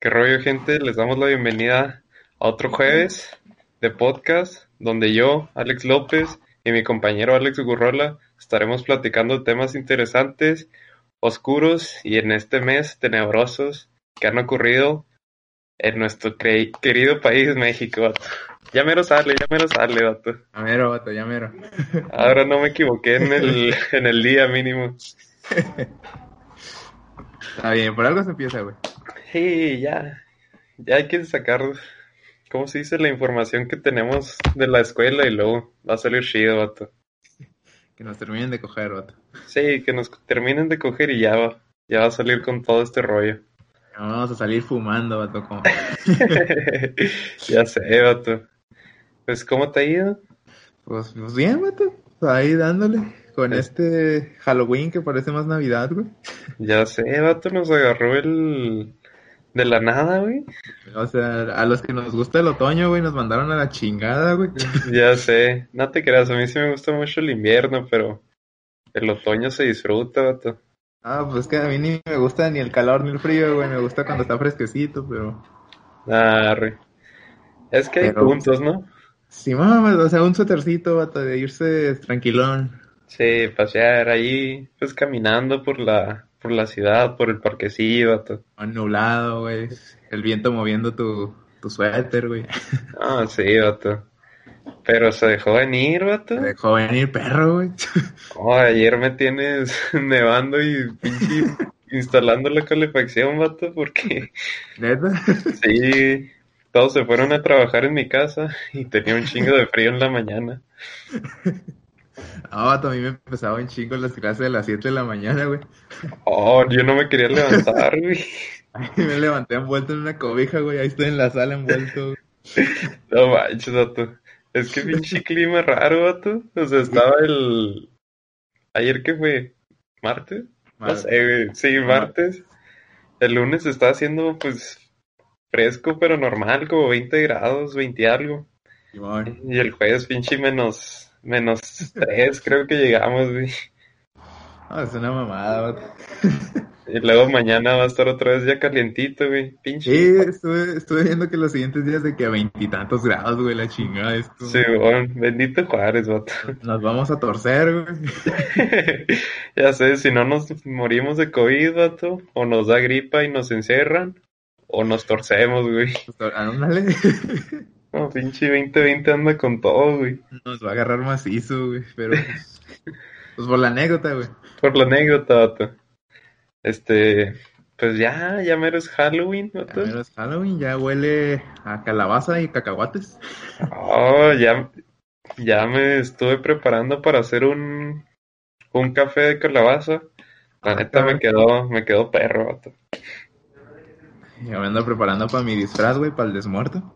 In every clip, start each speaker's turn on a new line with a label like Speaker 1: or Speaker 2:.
Speaker 1: ¿Qué rollo, gente? Les damos la bienvenida a otro jueves de podcast donde yo, Alex López, y mi compañero Alex Gurrola estaremos platicando temas interesantes, oscuros y en este mes tenebrosos que han ocurrido en nuestro cre- querido país, México. vato. Ya mero sale, ya mero sale, vato.
Speaker 2: Ya mero, vato, ya mero.
Speaker 1: Ahora no me equivoqué en el, en el día mínimo.
Speaker 2: Está bien, por algo se empieza, güey.
Speaker 1: Sí, ya. Ya hay que sacar, ¿cómo se dice? La información que tenemos de la escuela y luego va a salir chido, vato.
Speaker 2: Que nos terminen de coger, vato.
Speaker 1: Sí, que nos terminen de coger y ya va. Ya va a salir con todo este rollo.
Speaker 2: No vamos a salir fumando, vato, como...
Speaker 1: ya sé, vato. Pues, ¿cómo te ha ido?
Speaker 2: Pues, pues bien, vato. Ahí dándole. Con este Halloween que parece más Navidad, güey.
Speaker 1: Ya sé, vato, nos agarró el... De la nada, güey.
Speaker 2: O sea, a los que nos gusta el otoño, güey, nos mandaron a la chingada, güey.
Speaker 1: Ya sé. No te creas, a mí sí me gusta mucho el invierno, pero... El otoño se disfruta, vato.
Speaker 2: Ah, pues que a mí ni me gusta ni el calor ni el frío, güey. Me gusta cuando está fresquecito, pero...
Speaker 1: Arre. Es que hay
Speaker 2: Pero-
Speaker 1: puntos, ¿no?
Speaker 2: Sí, mames, o sea, un suétercito, vato, de irse tranquilón.
Speaker 1: Sí, pasear ahí, pues caminando por la, por la ciudad, por el parquecillo, vato.
Speaker 2: Nublado, güey. El viento moviendo tu, tu suéter, güey.
Speaker 1: Ah, sí, vato. Pero se dejó venir, vato.
Speaker 2: De joven y perro, güey.
Speaker 1: Oh, ayer me tienes nevando y pinche instalando la calefacción, vato, porque
Speaker 2: Neta.
Speaker 1: sí, todos se fueron a trabajar en mi casa y tenía un chingo de frío en la mañana.
Speaker 2: No, vato, a mí me empezaba en chingo las clases de las 7 de la mañana, güey.
Speaker 1: Oh, yo no me quería levantar, güey.
Speaker 2: Ay, me levanté envuelto en una cobija, güey. Ahí estoy en la sala envuelto. güey.
Speaker 1: No manches, vato. Es que pinche clima raro, vato. O sea, estaba el. Ayer que fue. ¿Martes? No
Speaker 2: Madre.
Speaker 1: sé, güey. Sí, martes. El lunes está haciendo, pues. Fresco, pero normal, como 20 grados, 20 y algo.
Speaker 2: Simón.
Speaker 1: Y el jueves, pinche menos. Menos 3, creo que llegamos, güey.
Speaker 2: No, es una mamada, vato.
Speaker 1: Y luego mañana va a estar otra vez ya calientito, güey. Pinche.
Speaker 2: Sí, estuve, estuve viendo que los siguientes días de que a veintitantos grados, güey, la chingada esto.
Speaker 1: Sí, bon. Bendito Juárez, vato.
Speaker 2: Nos vamos a torcer, güey.
Speaker 1: Ya sé, si no nos morimos de COVID, vato, o nos da gripa y nos encierran, o nos torcemos, güey.
Speaker 2: Nos tor- Pues, Ándale.
Speaker 1: No, pinche 2020 anda con todo, güey.
Speaker 2: Nos va a agarrar macizo, güey. Pero pues, pues por la anécdota, güey.
Speaker 1: Por la anécdota, vato. Este, pues ya, ya mero es Halloween,
Speaker 2: Ya
Speaker 1: vato.
Speaker 2: mero es Halloween ya huele a calabaza y cacahuates.
Speaker 1: Oh, ya, ya me estuve preparando para hacer un, un café de calabaza. La
Speaker 2: Ah,
Speaker 1: neta me
Speaker 2: cabrón.
Speaker 1: quedó, me quedó perro, vato.
Speaker 2: Ya me ando preparando para mi disfraz, güey, para el desmuerto.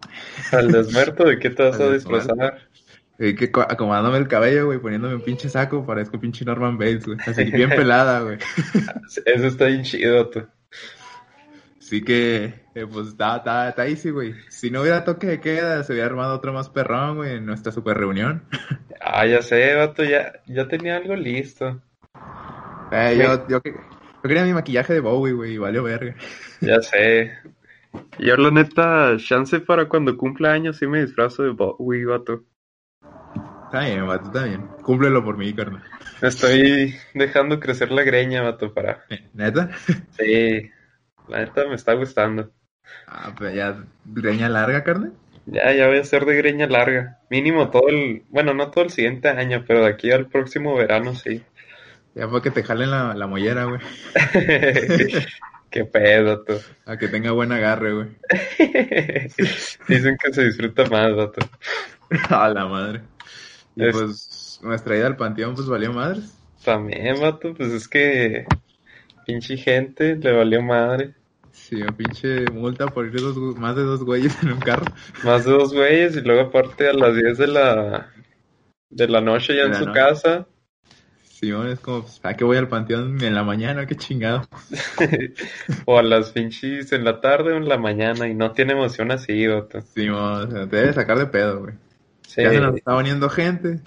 Speaker 1: ¿Al desmuerto de qué te vas a
Speaker 2: Al desmuerto.
Speaker 1: disfrazar?
Speaker 2: Y que co- acomodándome el cabello, güey, poniéndome un pinche saco, parezco pinche Norman Bates, güey. Así que bien pelada, güey.
Speaker 1: Eso está bien chido, vato.
Speaker 2: Así que, eh, pues, está, está, está easy, güey. Si no hubiera toque de queda, se hubiera armado otro más perrón, güey, en nuestra super reunión.
Speaker 1: Ah, ya sé, vato, ya, ya tenía algo listo.
Speaker 2: Eh, yo, yo, que- yo quería mi maquillaje de Bowie, güey, y valió verga.
Speaker 1: Ya sé. Yo la neta, chance para cuando cumpla años sí me disfrazo de Bowie, vato.
Speaker 2: Está bien, vato, está bien. Cúmplelo por mí, carnal.
Speaker 1: Me estoy dejando crecer la greña, vato, para...
Speaker 2: Eh, ¿Neta?
Speaker 1: Sí, la neta me está gustando.
Speaker 2: Ah, pues ya, greña larga, carnal.
Speaker 1: Ya, ya voy a ser de greña larga. Mínimo todo el... Bueno, no todo el siguiente año, pero de aquí al próximo verano sí.
Speaker 2: Ya para que te jalen la, la mollera, güey.
Speaker 1: Qué pedo, tú.
Speaker 2: A que tenga buen agarre, güey.
Speaker 1: Dicen que se disfruta más, vato.
Speaker 2: A la madre. Y
Speaker 1: Es-
Speaker 2: pues nuestra ida al panteón pues valió madres.
Speaker 1: También, vato, pues es que pinche gente le valió madre.
Speaker 2: Sí, un pinche multa por ir dos, más de dos güeyes en un carro.
Speaker 1: Más de dos güeyes y luego aparte a las 10 de la de la noche ya
Speaker 2: De
Speaker 1: en
Speaker 2: la
Speaker 1: su
Speaker 2: noche.
Speaker 1: casa.
Speaker 2: Simón es como, pues, ¿a qué voy al panteón en la mañana? Qué chingado.
Speaker 1: O a las pinches en la tarde o en la mañana y no tiene emoción así, vato.
Speaker 2: Simón, o sea, te debe sacar de pedo, güey.
Speaker 1: Sí,
Speaker 2: Ya se nos está uniendo gente.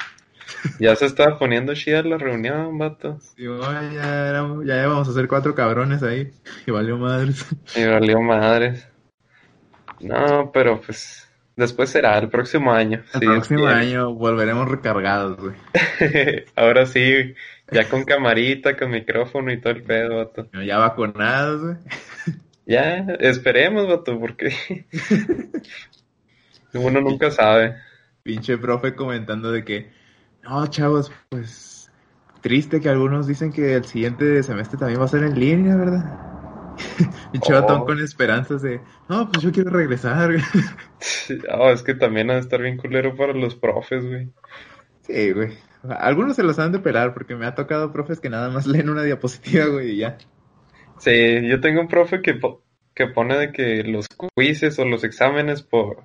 Speaker 1: ya se estaba poniendo chida la reunión, vato.
Speaker 2: Simón, ya, éramos- ya íbamos a ser cuatro cabrones ahí. Y valió madres.
Speaker 1: Y valió madres. No, pero pues después será, el próximo año. si
Speaker 2: El
Speaker 1: Dios
Speaker 2: próximo
Speaker 1: quiere.
Speaker 2: año volveremos recargados, güey.
Speaker 1: Ahora sí, ya con camarita, con micrófono y todo el pedo, vato.
Speaker 2: Ya vacunados, güey.
Speaker 1: Ya, esperemos, vato, porque uno nunca sabe.
Speaker 2: Pinche profe comentando de que, no, chavos, pues triste que algunos dicen que el siguiente semestre también va a ser en línea, ¿verdad? Pinche
Speaker 1: Oh.
Speaker 2: batón con esperanzas de, no, pues yo quiero regresar. güey".
Speaker 1: Ah, es que también ha de estar bien culero para los profes, güey.
Speaker 2: sí, güey. Algunos se los han de pelar porque me ha tocado profes que nada más leen una diapositiva, güey, y ya.
Speaker 1: Sí, yo tengo un profe que, po- que pone de que los quizzes o los exámenes por,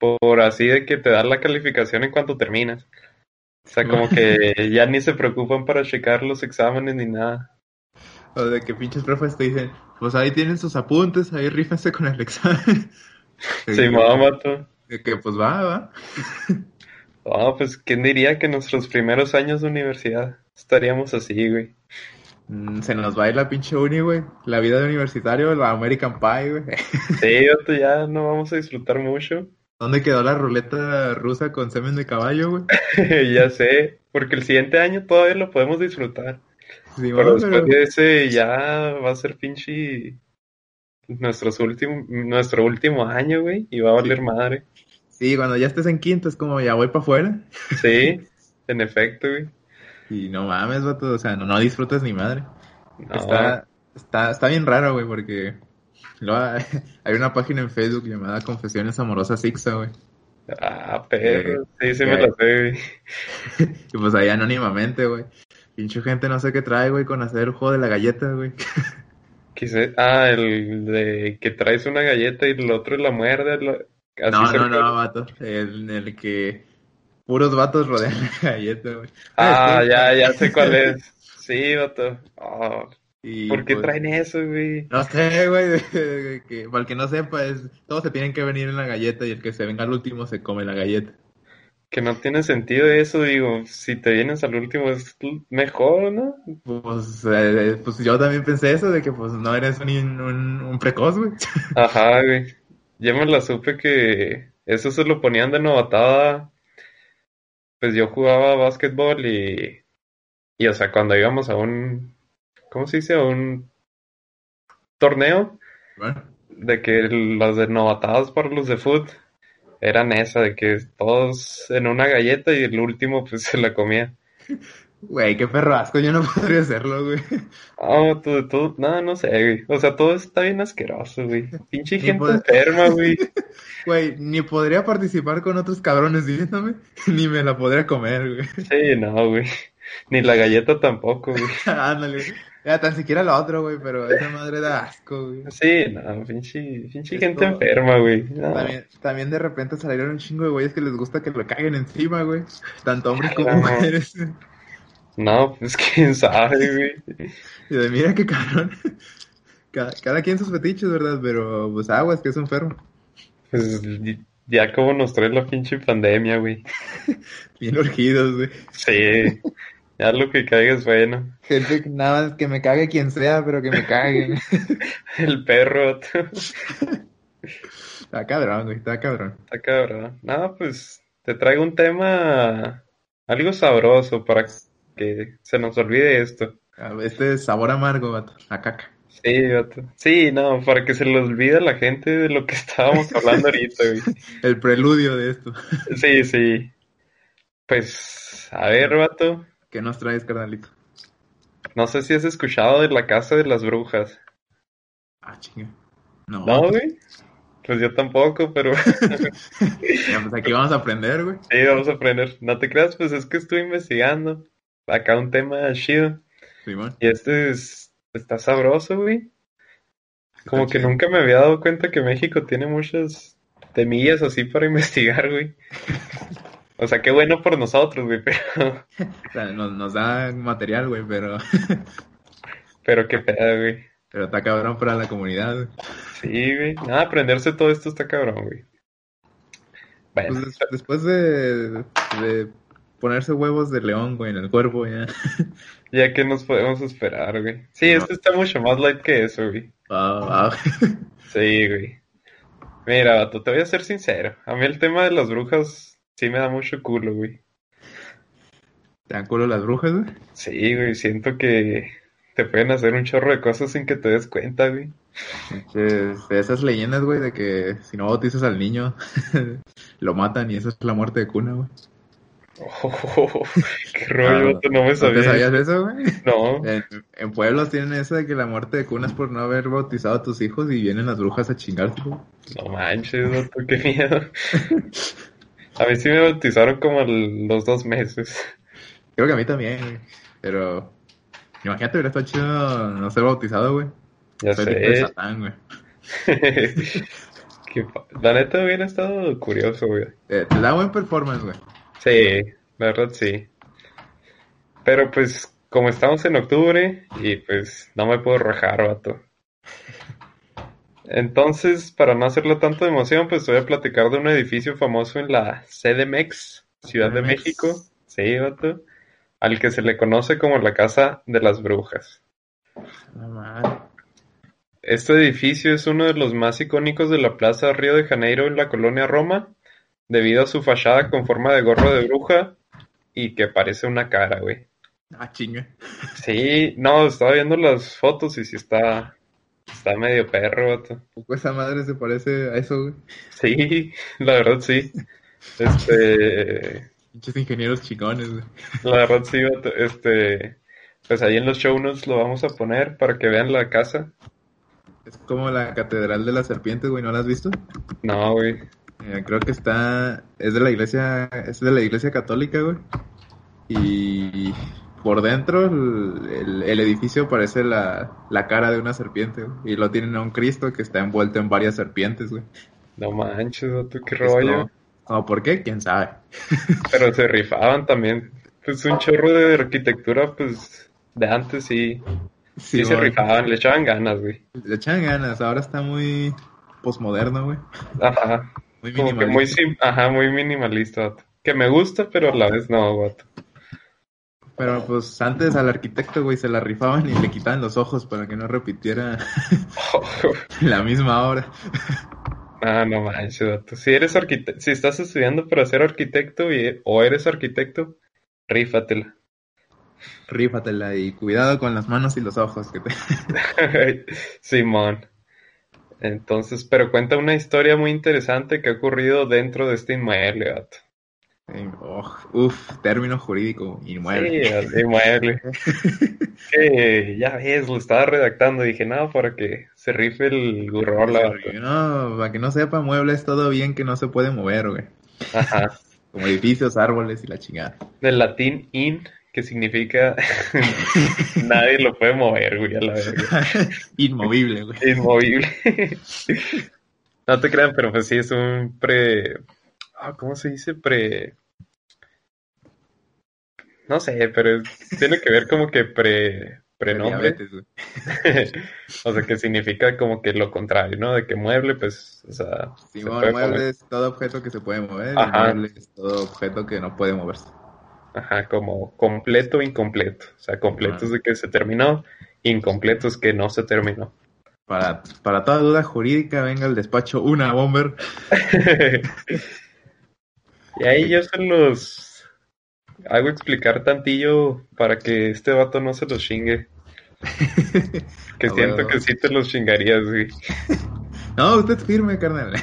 Speaker 1: por así de que te dan la calificación en cuanto terminas. O sea, como que ya ni se preocupan para checar los exámenes ni nada.
Speaker 2: O de que pinches profes te dicen, pues ahí tienen sus apuntes, ahí rífense con el examen.
Speaker 1: Sí, mamá, vato.
Speaker 2: De que pues va, va.
Speaker 1: Ah, pues, ¿quién diría que en nuestros primeros años de universidad estaríamos así, güey?
Speaker 2: Mm, Se nos va a ir la pinche uni, güey. La vida de universitario, la American Pie, güey.
Speaker 1: Sí, vato, ya no vamos a disfrutar mucho.
Speaker 2: ¿Dónde quedó la ruleta rusa con semen de caballo, güey?
Speaker 1: Ya sé, porque el siguiente año todavía lo podemos disfrutar.
Speaker 2: Sí,
Speaker 1: Pero
Speaker 2: bueno,
Speaker 1: después
Speaker 2: pero-
Speaker 1: de ese ya va a ser pinche nuestros últim- nuestro último año, güey, y va a valer madre.
Speaker 2: Sí, cuando ya estés en quinto es como ya voy para afuera.
Speaker 1: Sí, en efecto, güey.
Speaker 2: Y no mames, vato, o sea, no, no disfrutas ni madre.
Speaker 1: No,
Speaker 2: Está, está, está bien raro, güey, porque luego hay hay una página en Facebook llamada Confesiones Amorosas Sixa, güey.
Speaker 1: Ah, perro, sí, sí me
Speaker 2: eh.
Speaker 1: la sé, güey.
Speaker 2: Y pues ahí anónimamente, güey. Pinche gente no sé qué trae, güey, con hacer el juego de la galleta, güey.
Speaker 1: Quise- ah, el de que traes una galleta y el otro la muerde. lo- así
Speaker 2: No,
Speaker 1: se
Speaker 2: no,
Speaker 1: recuerda.
Speaker 2: no, vato. El, el que puros vatos rodean la galleta, güey.
Speaker 1: Ah,
Speaker 2: después-
Speaker 1: ya, ya sé cuál es. Sí, vato. Ah,
Speaker 2: Y,
Speaker 1: ¿por qué
Speaker 2: pues,
Speaker 1: traen eso, güey?
Speaker 2: No sé, güey. de- de que- Para el que no sepa, es, todos se tienen que venir en la galleta y el que se venga al último se come la galleta.
Speaker 1: Que no tiene sentido eso, digo, si te vienes al último es mejor, ¿no?
Speaker 2: Pues, eh, pues yo también pensé eso, de que pues no eres un, un, un precoz, güey.
Speaker 1: Ajá, güey. Yo me la supe que eso se lo ponían de novatada. Pues yo jugaba básquetbol y, y o sea, cuando íbamos a un, ¿cómo se dice? A un torneo
Speaker 2: Bueno,
Speaker 1: de que las de novatadas para los de foot eran esa, de que todos en una galleta y el último pues se la comía.
Speaker 2: güey, qué perro asco, yo no podría hacerlo, güey.
Speaker 1: Ah, todo, todo, no, no sé, güey. O sea, todo está bien asqueroso, güey. Pinche
Speaker 2: Ni
Speaker 1: gente
Speaker 2: poder-
Speaker 1: enferma, güey.
Speaker 2: Güey, ni podría participar con otros cabrones viéndome, ni me la podría comer, güey.
Speaker 1: Sí, no, güey. Ni la galleta tampoco, güey.
Speaker 2: Ándale, güey. Ya, tan siquiera la otra, güey, pero esa madre da asco, güey.
Speaker 1: Sí, no, pinche, pinche
Speaker 2: Es
Speaker 1: gente
Speaker 2: todo-
Speaker 1: enferma, güey. No.
Speaker 2: También, también de repente salieron un chingo de güeyes que les gusta que lo caguen encima, güey. Tanto hombres como
Speaker 1: Ah, no.
Speaker 2: mujeres.
Speaker 1: No, pues quién sabe, güey.
Speaker 2: Y de mira qué cabrón. Cada, cada quien sus fetiches, ¿verdad? Pero pues aguas, que es enfermo.
Speaker 1: Pues y- ya como nos trae la pinche pandemia, güey.
Speaker 2: Bien urgidos, güey.
Speaker 1: Sí, ya lo que caiga es bueno.
Speaker 2: Gente que nada más que me cague quien sea, pero que me caguen.
Speaker 1: El perro, vato, está
Speaker 2: está cabrón, güey, está cabrón.
Speaker 1: cabrón. No, pues te traigo un tema, algo sabroso para que se nos olvide esto.
Speaker 2: A ver, Este es sabor amargo, vato. A caca.
Speaker 1: Sí, vato. Sí, no, para que se le olvide a la gente de lo que estábamos hablando ahorita, güey.
Speaker 2: El preludio de esto.
Speaker 1: Sí, sí. Pues, a ver, vato.
Speaker 2: ¿Qué nos traes, carnalito?
Speaker 1: No sé si has escuchado de la Casa de las Brujas.
Speaker 2: Ah, chinga. No,
Speaker 1: ¿No, güey? Pues yo tampoco, pero
Speaker 2: ya, pues aquí vamos a aprender, güey.
Speaker 1: sí, vamos a aprender. No te creas, pues es que estuve investigando acá un tema chido.
Speaker 2: Simón.
Speaker 1: Y este es, está sabroso, güey. Como
Speaker 2: Está
Speaker 1: que
Speaker 2: chido.
Speaker 1: nunca me había dado cuenta que México tiene muchas temillas así para investigar, güey. O sea, qué bueno por nosotros, güey, pero,
Speaker 2: O sea, nos, nos da material, güey, pero,
Speaker 1: pero qué pedo, güey.
Speaker 2: pero está cabrón para la comunidad, güey.
Speaker 1: Sí, güey. Nada, aprenderse todo esto está cabrón, güey. Bueno,
Speaker 2: Pues, des- después de, de ponerse huevos de león, güey, en el cuerpo, ya.
Speaker 1: ya que nos podemos esperar, güey. Sí, este
Speaker 2: No.
Speaker 1: esto está mucho más light que eso, güey.
Speaker 2: Wow, wow.
Speaker 1: Sí, güey. Mira, vato, te voy a ser sincero. A mí el tema de las brujas sí me da mucho culo, güey.
Speaker 2: ¿Te dan culo las brujas, güey?
Speaker 1: Sí, güey, siento que te pueden hacer un chorro de cosas sin que te des cuenta, güey.
Speaker 2: Pinches, de esas leyendas, güey, de que si no bautizas al niño, lo matan y esa es la muerte de cuna, güey.
Speaker 1: Oh, qué
Speaker 2: Ah,
Speaker 1: rollo, vato, no me
Speaker 2: ¿No te
Speaker 1: sabía.
Speaker 2: sabías eso, güey?
Speaker 1: No,
Speaker 2: En, en pueblos tienen eso de que la muerte de cuna es por no haber bautizado a tus hijos y vienen las brujas a chingarte, güey.
Speaker 1: no manches, vato, qué miedo. A mí sí me bautizaron como a los dos meses.
Speaker 2: Creo que a mí también, güey. Pero imagínate, hubiera estado chido no ser bautizado, güey.
Speaker 1: Ya
Speaker 2: Soy tipo de
Speaker 1: sé.
Speaker 2: Satán, güey.
Speaker 1: Qué pa- La neta hubiera estado curioso, güey.
Speaker 2: Eh, te da buen performance, güey.
Speaker 1: Sí, la verdad sí. Pero pues, como estamos en octubre, y pues no me puedo rajar, vato. Entonces, para no hacerlo tanto de emoción, pues voy a platicar de un edificio famoso en la CDMX, Ciudad de
Speaker 2: CDMX.
Speaker 1: México. Sí, vato. Al que se le conoce como la Casa de las Brujas.
Speaker 2: La madre.
Speaker 1: Este edificio es uno de los más icónicos de la Plaza Río de Janeiro en la colonia Roma, debido a su fachada con forma de gorro de bruja y que parece una cara, güey.
Speaker 2: Ah, chingue.
Speaker 1: Sí, no, estaba viendo las fotos y sí está, está medio perro, vato.
Speaker 2: Poco esa madre se parece a eso, güey.
Speaker 1: Sí, la verdad sí. Este,
Speaker 2: Pinches ingenieros chingones, güey.
Speaker 1: la verdad sí, vato. Este, pues ahí en los show notes lo vamos a poner para que vean la casa.
Speaker 2: Es como la catedral de las serpientes, güey. ¿No la has visto?
Speaker 1: No, güey.
Speaker 2: Eh, creo que está. Es de la iglesia. Es de la iglesia católica, güey. Y. Por dentro, el, el- el edificio parece la, la cara de una serpiente, güey. Y lo tienen a un Cristo que está envuelto en varias serpientes, güey.
Speaker 1: No manches, vato, qué
Speaker 2: Es
Speaker 1: rollo.
Speaker 2: como- como, ¿Por qué? ¿Quién sabe?
Speaker 1: Pero se rifaban también. Pues un chorro de arquitectura, pues de antes sí, sí se
Speaker 2: güey.
Speaker 1: rifaban, le echaban ganas, güey.
Speaker 2: Le echan ganas. Ahora está muy posmoderno, güey.
Speaker 1: Ajá,
Speaker 2: Muy
Speaker 1: como que
Speaker 2: minimalista.
Speaker 1: muy sim- ajá, muy minimalista, vato. Que me gusta, pero a la vez no, vato.
Speaker 2: Pero pues antes al arquitecto, güey, se la rifaban y le quitaban los ojos para que no repitiera la misma obra.
Speaker 1: Ah, no manches, vato. Si eres arquitecto, si estás estudiando para ser arquitecto y- o eres arquitecto, rífatela.
Speaker 2: Rífatela y cuidado con las manos y los ojos que te...
Speaker 1: Simón. Entonces, pero cuenta una historia muy interesante que ha ocurrido dentro de este inmueble, vato.
Speaker 2: Sí, oh, uf, término jurídico, inmueble.
Speaker 1: Sí, así mueble. Que ya ves, lo estaba redactando. Dije, no, para que se rife el gurrola.
Speaker 2: No, para que no sepa, mueble es todo bien que no se puede mover, güey.
Speaker 1: Ajá.
Speaker 2: Como edificios, árboles y la chingada.
Speaker 1: Del latín in, que significa nadie lo puede mover, güey, a la verga.
Speaker 2: Inmovible, güey.
Speaker 1: Inmovible. No te crean, pero pues sí, es un pre. ah, ¿Cómo se dice? Pre. No sé, pero es- tiene que ver como que pre. Prenombre.
Speaker 2: Diabetes, güey.
Speaker 1: O sea, que significa como que lo contrario, ¿no? De que mueble, pues, o sea, se
Speaker 2: Simón,
Speaker 1: puede
Speaker 2: mueble
Speaker 1: comer.
Speaker 2: es todo objeto que se puede mover.
Speaker 1: Ajá.
Speaker 2: Inmueble es todo objeto que no puede moverse.
Speaker 1: Ajá, como completo, incompleto. O sea, completo
Speaker 2: Ajá.
Speaker 1: es de que se terminó, incompleto es que no se terminó.
Speaker 2: Para, para toda duda jurídica, venga al despacho una bomber.
Speaker 1: Y ahí yo se los hago explicar tantillo para que este vato no se los chingue. Que
Speaker 2: Ah,
Speaker 1: siento
Speaker 2: bueno.
Speaker 1: que sí te los chingarías, güey.
Speaker 2: No, usted firme, carnal.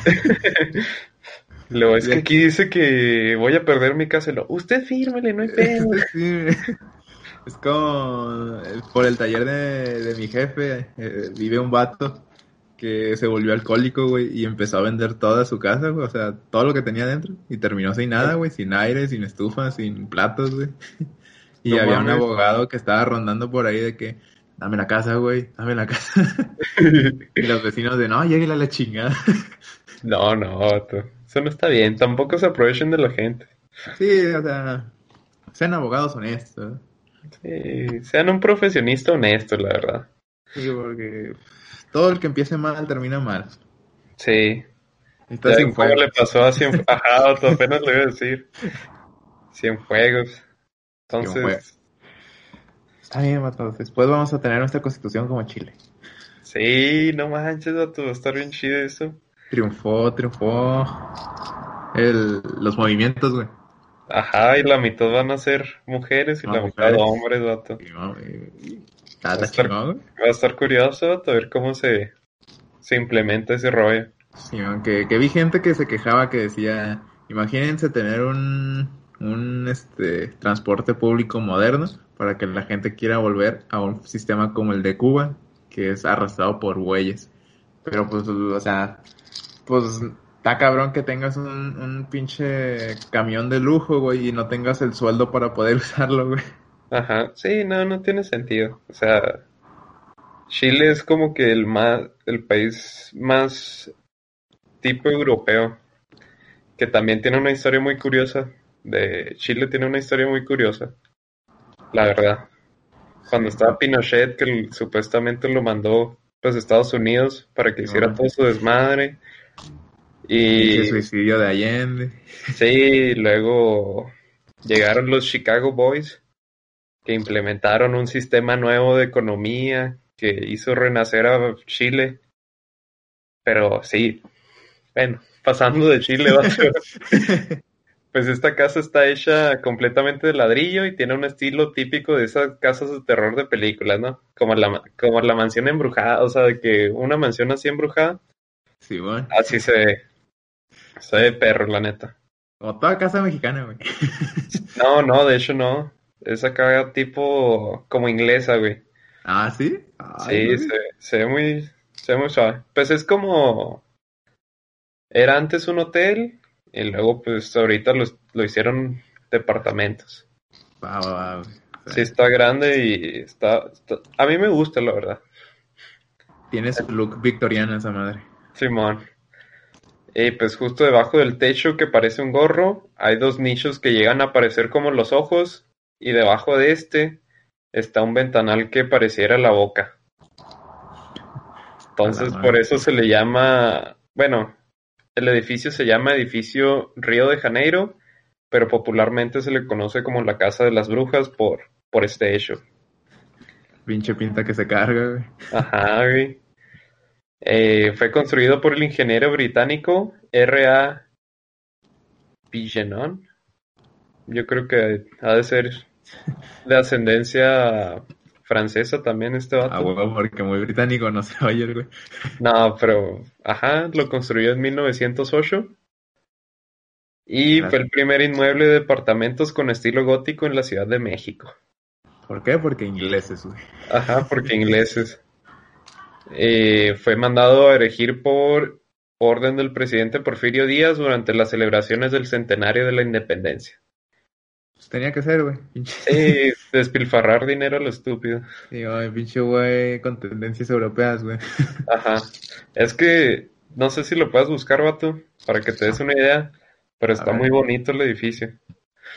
Speaker 1: Luego, es que
Speaker 2: Bien.
Speaker 1: aquí dice que voy a perder mi casa. Y lo, Usted fírmele, no hay pedo.
Speaker 2: Usted firme. Es como eh, por el taller de, de mi jefe, eh, vive un vato que se volvió alcohólico, güey, y empezó a vender toda su casa, güey, o sea, todo lo que tenía dentro, y terminó sin nada, güey, sin aire, sin estufa, sin platos, güey. Y
Speaker 1: No
Speaker 2: había
Speaker 1: mames.
Speaker 2: un abogado que estaba rondando por ahí de que, dame la casa, güey, dame la casa. Y los vecinos de, no, lléguela a la chingada.
Speaker 1: No, no, vato. Eso no está bien. Tampoco se aprovechen de la gente.
Speaker 2: Sí, o sea, sean abogados honestos. ¿no?
Speaker 1: Sí, sean un profesionista honesto, la verdad.
Speaker 2: Sí, porque todo el que empiece mal termina mal.
Speaker 1: Sí.
Speaker 2: Está
Speaker 1: Ya
Speaker 2: sin
Speaker 1: ven cómo
Speaker 2: fuego.
Speaker 1: le pasó a Cienfuegos. Ajá, vato, apenas lo iba a decir. Cienfuegos. Entonces,
Speaker 2: Cienfuegos. Está bien, Matos. Después vamos a tener nuestra constitución como Chile.
Speaker 1: sí, no manches, vato, va a estar bien chido eso.
Speaker 2: triunfó, triunfó el, los movimientos, güey.
Speaker 1: Ajá, y la mitad van a ser mujeres y
Speaker 2: Ah,
Speaker 1: la mitad
Speaker 2: mujeres.
Speaker 1: hombres, vato.
Speaker 2: Y, no, y- Está,
Speaker 1: Va a
Speaker 2: está
Speaker 1: estar-
Speaker 2: chingón, güey.
Speaker 1: Va a estar curioso, vato, a ver cómo se, se implementa ese rollo.
Speaker 2: Sí, aunque que vi gente que se quejaba que decía, imagínense tener un, un este, transporte público moderno para que la gente quiera volver a un sistema como el de Cuba, que es arrastrado por bueyes. Pero pues, o sea, pues está cabrón que tengas un, un pinche camión de lujo, güey, y no tengas el sueldo para poder usarlo, güey.
Speaker 1: Ajá, sí, no, no tiene sentido. O sea, Chile es como que el más, el país más tipo europeo, que también tiene una historia muy curiosa. De Chile tiene una historia muy curiosa, la verdad. Cuando
Speaker 2: Sí.
Speaker 1: estaba Pinochet, que l- supuestamente lo mandó pues a Estados Unidos para que hiciera
Speaker 2: Ajá.
Speaker 1: todo su desmadre.
Speaker 2: Pinche
Speaker 1: Y
Speaker 2: suicidio de Allende.
Speaker 1: Sí, luego llegaron los Chicago Boys que implementaron un sistema nuevo de economía que hizo renacer a Chile. Pero sí, bueno, pasando de Chile, vato, pues esta casa está hecha completamente de ladrillo y tiene un estilo típico de esas casas de terror de películas, ¿no? Como la, ma- como la mansión embrujada, o sea, de que una mansión así embrujada,
Speaker 2: Sí, bueno.
Speaker 1: así se ve. Se ve perro, la neta.
Speaker 2: Como toda casa mexicana, güey.
Speaker 1: No, no, de hecho no. Es acá tipo como inglesa, güey.
Speaker 2: Ah, ¿sí? Ay,
Speaker 1: Sí,
Speaker 2: güey.
Speaker 1: se, se ve muy, se ve muy suave. Pues es como... Era antes un hotel y luego pues ahorita los- lo hicieron departamentos.
Speaker 2: Va, va, va, güey. O sea,
Speaker 1: Sí, está grande y está, está- A mí me gusta, la verdad.
Speaker 2: Tiene su look victoriano esa madre.
Speaker 1: Simón. Y pues justo debajo del techo que parece un gorro, hay dos nichos que llegan a parecer como los ojos y debajo de este está un ventanal que pareciera la boca. Entonces
Speaker 2: A la
Speaker 1: por
Speaker 2: madre.
Speaker 1: eso se le llama, bueno, el edificio se llama edificio Río de Janeiro, pero popularmente se le conoce como la Casa de las Brujas por, por este hecho.
Speaker 2: Pinche pinta que se carga, güey.
Speaker 1: Ajá, güey. Eh, fue construido por el ingeniero británico R.A. Pigenon. Yo creo que ha de ser de ascendencia francesa también este
Speaker 2: A
Speaker 1: vato.
Speaker 2: huevo, porque muy británico no se oye, güey.
Speaker 1: No, pero, ajá, lo construyó en 1908. Y
Speaker 2: Claro.
Speaker 1: fue el primer inmueble de departamentos con estilo gótico en la Ciudad de México.
Speaker 2: ¿Por qué? Porque ingleses, güey.
Speaker 1: Ajá, porque ingleses. Eh, fue mandado a erigir por orden del presidente Porfirio Díaz durante las celebraciones del centenario de la independencia.
Speaker 2: Pues tenía que ser, güey. Pinche,
Speaker 1: Sí, despilfarrar dinero a lo estúpido.
Speaker 2: digo, el pinche güey con tendencias europeas, güey.
Speaker 1: Ajá. Es que no sé si lo puedes buscar, vato, para que te des una idea, pero está
Speaker 2: ver.
Speaker 1: muy bonito el edificio.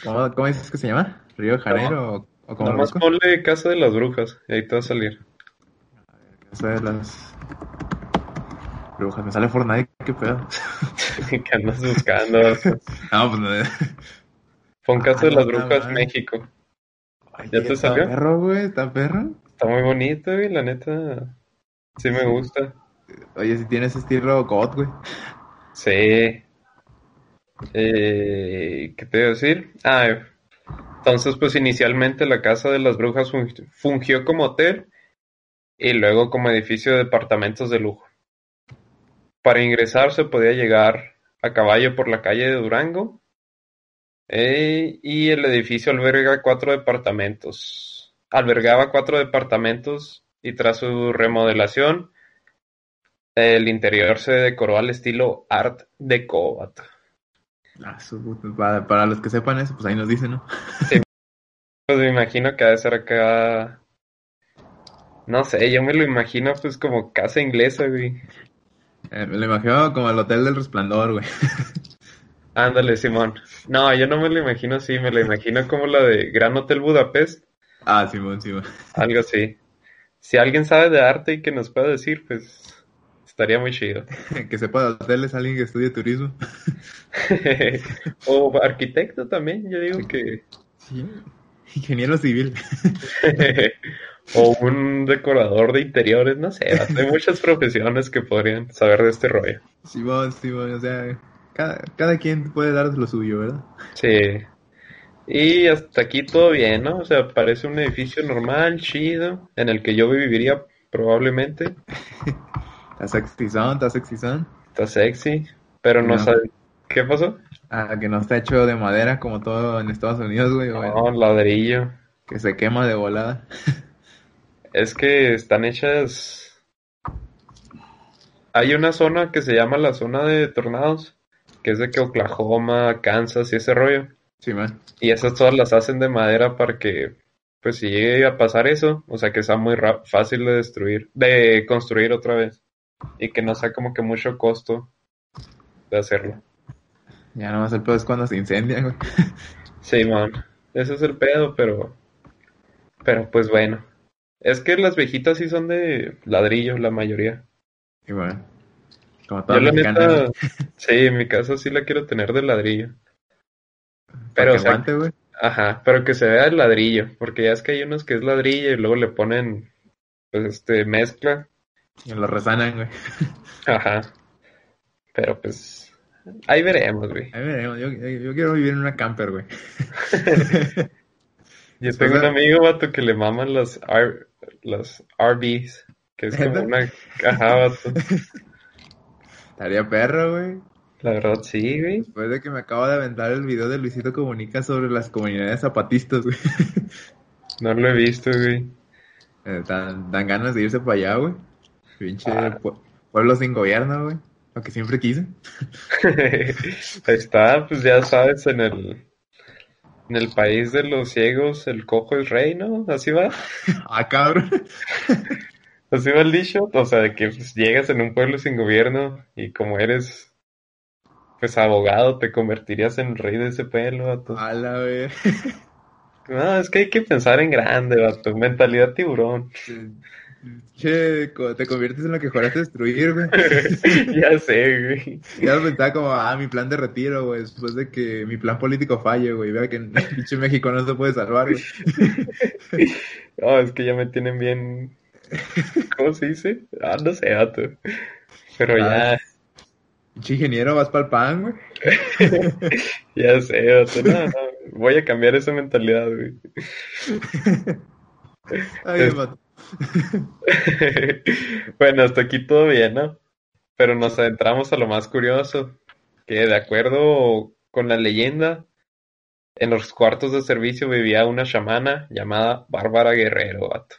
Speaker 2: ¿Cómo, cómo dices que se llama? ¿Río de Janeiro o, o cómo lo
Speaker 1: Nomás
Speaker 2: busco?
Speaker 1: ponle Casa de las Brujas, y ahí te va a salir.
Speaker 2: Casa de las brujas. Me sale Fortnite, qué pedo.
Speaker 1: ¿Qué andas buscando? vato?
Speaker 2: Ah, pues no.
Speaker 1: Pon
Speaker 2: Ah,
Speaker 1: Casa de
Speaker 2: no,
Speaker 1: las
Speaker 2: está
Speaker 1: Brujas,
Speaker 2: mal.
Speaker 1: México.
Speaker 2: Ay,
Speaker 1: ¿Ya te
Speaker 2: está
Speaker 1: salió?
Speaker 2: perro, güey. Está perro.
Speaker 1: Está muy bonito, y la neta, sí me gusta.
Speaker 2: Oye, si tienes estilo God, güey.
Speaker 1: Sí. Eh, ¿qué te iba a decir? Ah, entonces pues inicialmente la Casa de las Brujas fung- fungió como hotel y luego como edificio de departamentos de lujo. Para ingresar se podía llegar a caballo por la calle de Durango eh, y el edificio alberga cuatro departamentos. Albergaba cuatro departamentos y tras su remodelación... El interior se decoró al estilo Art Deco. vato.
Speaker 2: Ah, su puta- Para, para los que sepan eso, pues ahí nos dicen, ¿no?
Speaker 1: Pues me imagino que ha de ser acá. No sé, yo me lo imagino pues como casa inglesa, güey.
Speaker 2: Eh, me lo imagino como el Hotel del Resplandor, güey.
Speaker 1: Ándale, Simón. No, yo no me lo imagino así, me lo imagino como la de Gran Hotel Budapest,
Speaker 2: Ah, Simón, Simón.
Speaker 1: algo así. Si alguien sabe de arte y que nos pueda decir, pues estaría muy chido.
Speaker 2: Que sepa de hoteles alguien que estudie turismo.
Speaker 1: O arquitecto también, yo digo que
Speaker 2: Sí. Ingeniero civil.
Speaker 1: o un decorador de interiores, no sé. Hay muchas profesiones que podrían saber de este rollo.
Speaker 2: Simón, Simón, o sea, cada, cada quien puede dar lo suyo, ¿verdad?
Speaker 1: Sí. Y hasta aquí todo bien, ¿no? O sea, parece un edificio normal, chido, en el que yo viviría probablemente.
Speaker 2: Está sexizón, está sexizón.
Speaker 1: Está sexy, pero no,
Speaker 2: No.
Speaker 1: sabe. ¿Qué pasó?
Speaker 2: Ah, que no está hecho de madera como todo en Estados Unidos, güey. o en-
Speaker 1: No, ladrillo.
Speaker 2: Que se quema de volada.
Speaker 1: Es que están hechas. Hay una zona que se llama la zona de tornados, que es de que Oklahoma, Kansas y ese rollo.
Speaker 2: Simón.
Speaker 1: Y esas todas las hacen de madera para que, pues, si llegue a pasar eso, o sea, que sea muy ra- fácil de destruir, de construir otra vez. Y que no sea como que mucho costo de hacerlo.
Speaker 2: Ya nomás el pedo es cuando se incendia, güey.
Speaker 1: Sí, man. Ese es el pedo, pero. Pero pues bueno. Es que las viejitas sí son de ladrillo, la mayoría.
Speaker 2: Y bueno, como
Speaker 1: Yo
Speaker 2: todo
Speaker 1: la
Speaker 2: mexicano,
Speaker 1: neta,
Speaker 2: güey,
Speaker 1: sí, en mi casa sí la quiero tener de ladrillo.
Speaker 2: para
Speaker 1: Pero,
Speaker 2: que
Speaker 1: o sea,
Speaker 2: aguante, güey.
Speaker 1: Ajá, pero que se vea el ladrillo, porque ya es que hay unos que es ladrillo y luego le ponen, pues, este, mezcla.
Speaker 2: Y lo resanan, güey.
Speaker 1: Ajá. Pero pues, ahí veremos, güey.
Speaker 2: A ver, yo, yo- yo quiero vivir en una camper, güey.
Speaker 1: Yo tengo un amigo, vato, que le maman las, R- las RBs, que es como
Speaker 2: ¿Neta?
Speaker 1: una... Ajá, vato.
Speaker 2: Estaría perro, güey.
Speaker 1: La verdad, sí, güey.
Speaker 2: Después de que me acabo de aventar el video de Luisito Comunica sobre las comunidades zapatistas, güey.
Speaker 1: No lo he visto, güey.
Speaker 2: Eh, Dan, dan ganas de irse para allá, güey. Pinche
Speaker 1: Ah.
Speaker 2: pue- pueblo sin gobierno, güey. Lo que siempre quise.
Speaker 1: Ahí está, pues ya sabes, en el... En el país de los ciegos, el cojo es rey, ¿no? Así va.
Speaker 2: Ah, cabrón.
Speaker 1: Así va el dicho, o sea, de que pues, llegas en un pueblo sin gobierno y como eres, pues, abogado, te convertirías en rey de ese pueblo, vato.
Speaker 2: A la vez.
Speaker 1: No, es que hay que pensar en grande, vato, mentalidad tiburón.
Speaker 2: Che, co- te conviertes en lo que juraste destruir, güey.
Speaker 1: Ya sé, güey.
Speaker 2: Ya lo pensaba como, ah, mi plan de retiro, güey, después de que mi plan político falle, güey, vea que en pinche México no se puede salvar, güey.
Speaker 1: No, Oh, es que ya me tienen bien... ¿Cómo se dice? Ah, no sé, vato. Pero ya,
Speaker 2: Ah. Pinche ingeniero, vas para el pan, güey.
Speaker 1: ya sé, vato. No, no, voy a cambiar esa mentalidad, güey.
Speaker 2: Ay,
Speaker 1: Es-
Speaker 2: vato.
Speaker 1: Bueno, hasta aquí todo bien, ¿no? Pero nos adentramos a lo más curioso, que de acuerdo con la leyenda, en los cuartos de servicio vivía una chamana llamada Bárbara Guerrero, vato.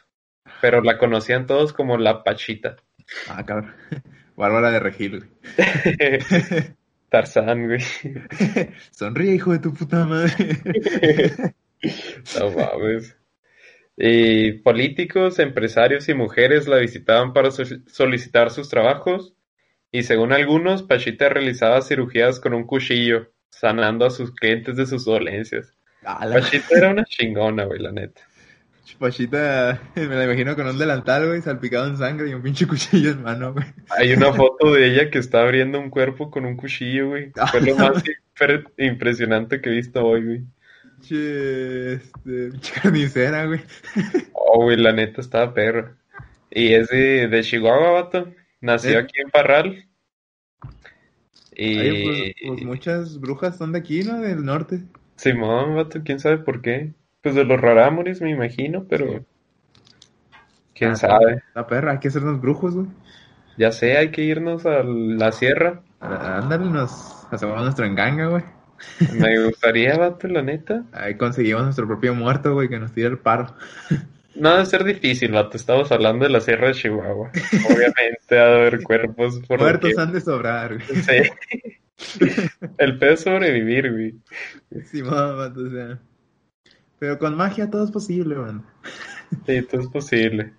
Speaker 1: Pero la conocían todos como la Pachita.
Speaker 2: Ah, cabrón. Bárbara de Regil, güey.
Speaker 1: Tarzán, güey.
Speaker 2: Sonríe, hijo de tu puta madre.
Speaker 1: No mames. Y políticos, empresarios y mujeres la visitaban para so- solicitar sus trabajos. Y según algunos, Pachita realizaba cirugías con un cuchillo, sanando a sus clientes de sus dolencias.
Speaker 2: Ah, la
Speaker 1: Pachita era una chingona, güey, la neta.
Speaker 2: pachita, me la imagino con un delantal, güey, salpicado en sangre y un pinche cuchillo en mano, güey.
Speaker 1: Hay una foto de ella que está abriendo un cuerpo con un cuchillo, güey. Fue lo más impre- impresionante que he visto hoy, güey.
Speaker 2: Pinche, este, pinche carnicera, güey.
Speaker 1: Oh, güey, la neta estaba perro. Y es de, de Chihuahua, vato. Nació
Speaker 2: ¿Eh?
Speaker 1: aquí en Parral. Y
Speaker 2: Oye, pues, pues muchas brujas son de aquí, ¿no? Del norte.
Speaker 1: Simón, vato, quién sabe por qué. Pues de los rarámuris, me imagino, pero quién
Speaker 2: Ah,
Speaker 1: sabe.
Speaker 2: La perra, hay que hacernos brujos, güey.
Speaker 1: Ya sé, hay que irnos a la sierra.
Speaker 2: Á- Ándale, nos hacemos nuestro enganga, güey.
Speaker 1: Me gustaría, vato, la neta.
Speaker 2: Ahí conseguimos nuestro propio muerto, güey, que nos tire el paro.
Speaker 1: No ha de ser difícil, vato. Estamos hablando de la sierra de Chihuahua. Obviamente ha de haber cuerpos por
Speaker 2: Muertos
Speaker 1: doquier.
Speaker 2: han de sobrar, güey.
Speaker 1: Sí. El pedo es sobrevivir, güey.
Speaker 2: Sí, mamá, o sea. Pero con magia todo es posible, güey.
Speaker 1: Sí, todo es posible.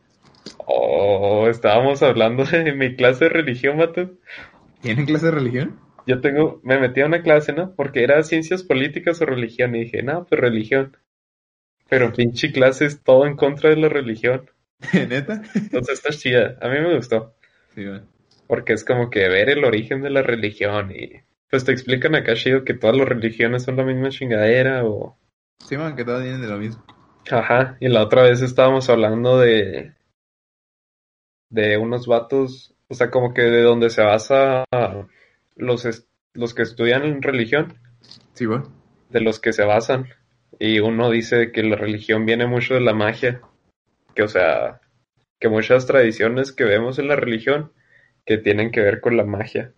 Speaker 1: Oh, estábamos hablando de mi clase de religión, vato.
Speaker 2: ¿Tienen clase de religión?
Speaker 1: Yo tengo, me metí a una clase, ¿no? Porque era ciencias políticas o religión. Y dije, no, pues religión. Pero pinche clase es todo en contra de la religión.
Speaker 2: ¿Neta?
Speaker 1: Entonces está chida. A mí me gustó.
Speaker 2: Sí, güey.
Speaker 1: Porque es como que ver el origen de la religión. Y pues te explican acá chido que todas las religiones son la misma chingadera. O
Speaker 2: Sí, man, que todos vienen de lo mismo.
Speaker 1: Ajá, y la otra vez estábamos hablando de, de unos vatos, o sea, como que de donde se basa los, es- los que estudian en religión,
Speaker 2: Sí, güey.
Speaker 1: de los que se basan. Y uno dice que la religión viene mucho de la magia, que o sea, que muchas tradiciones que vemos en la religión que tienen que ver con la magia.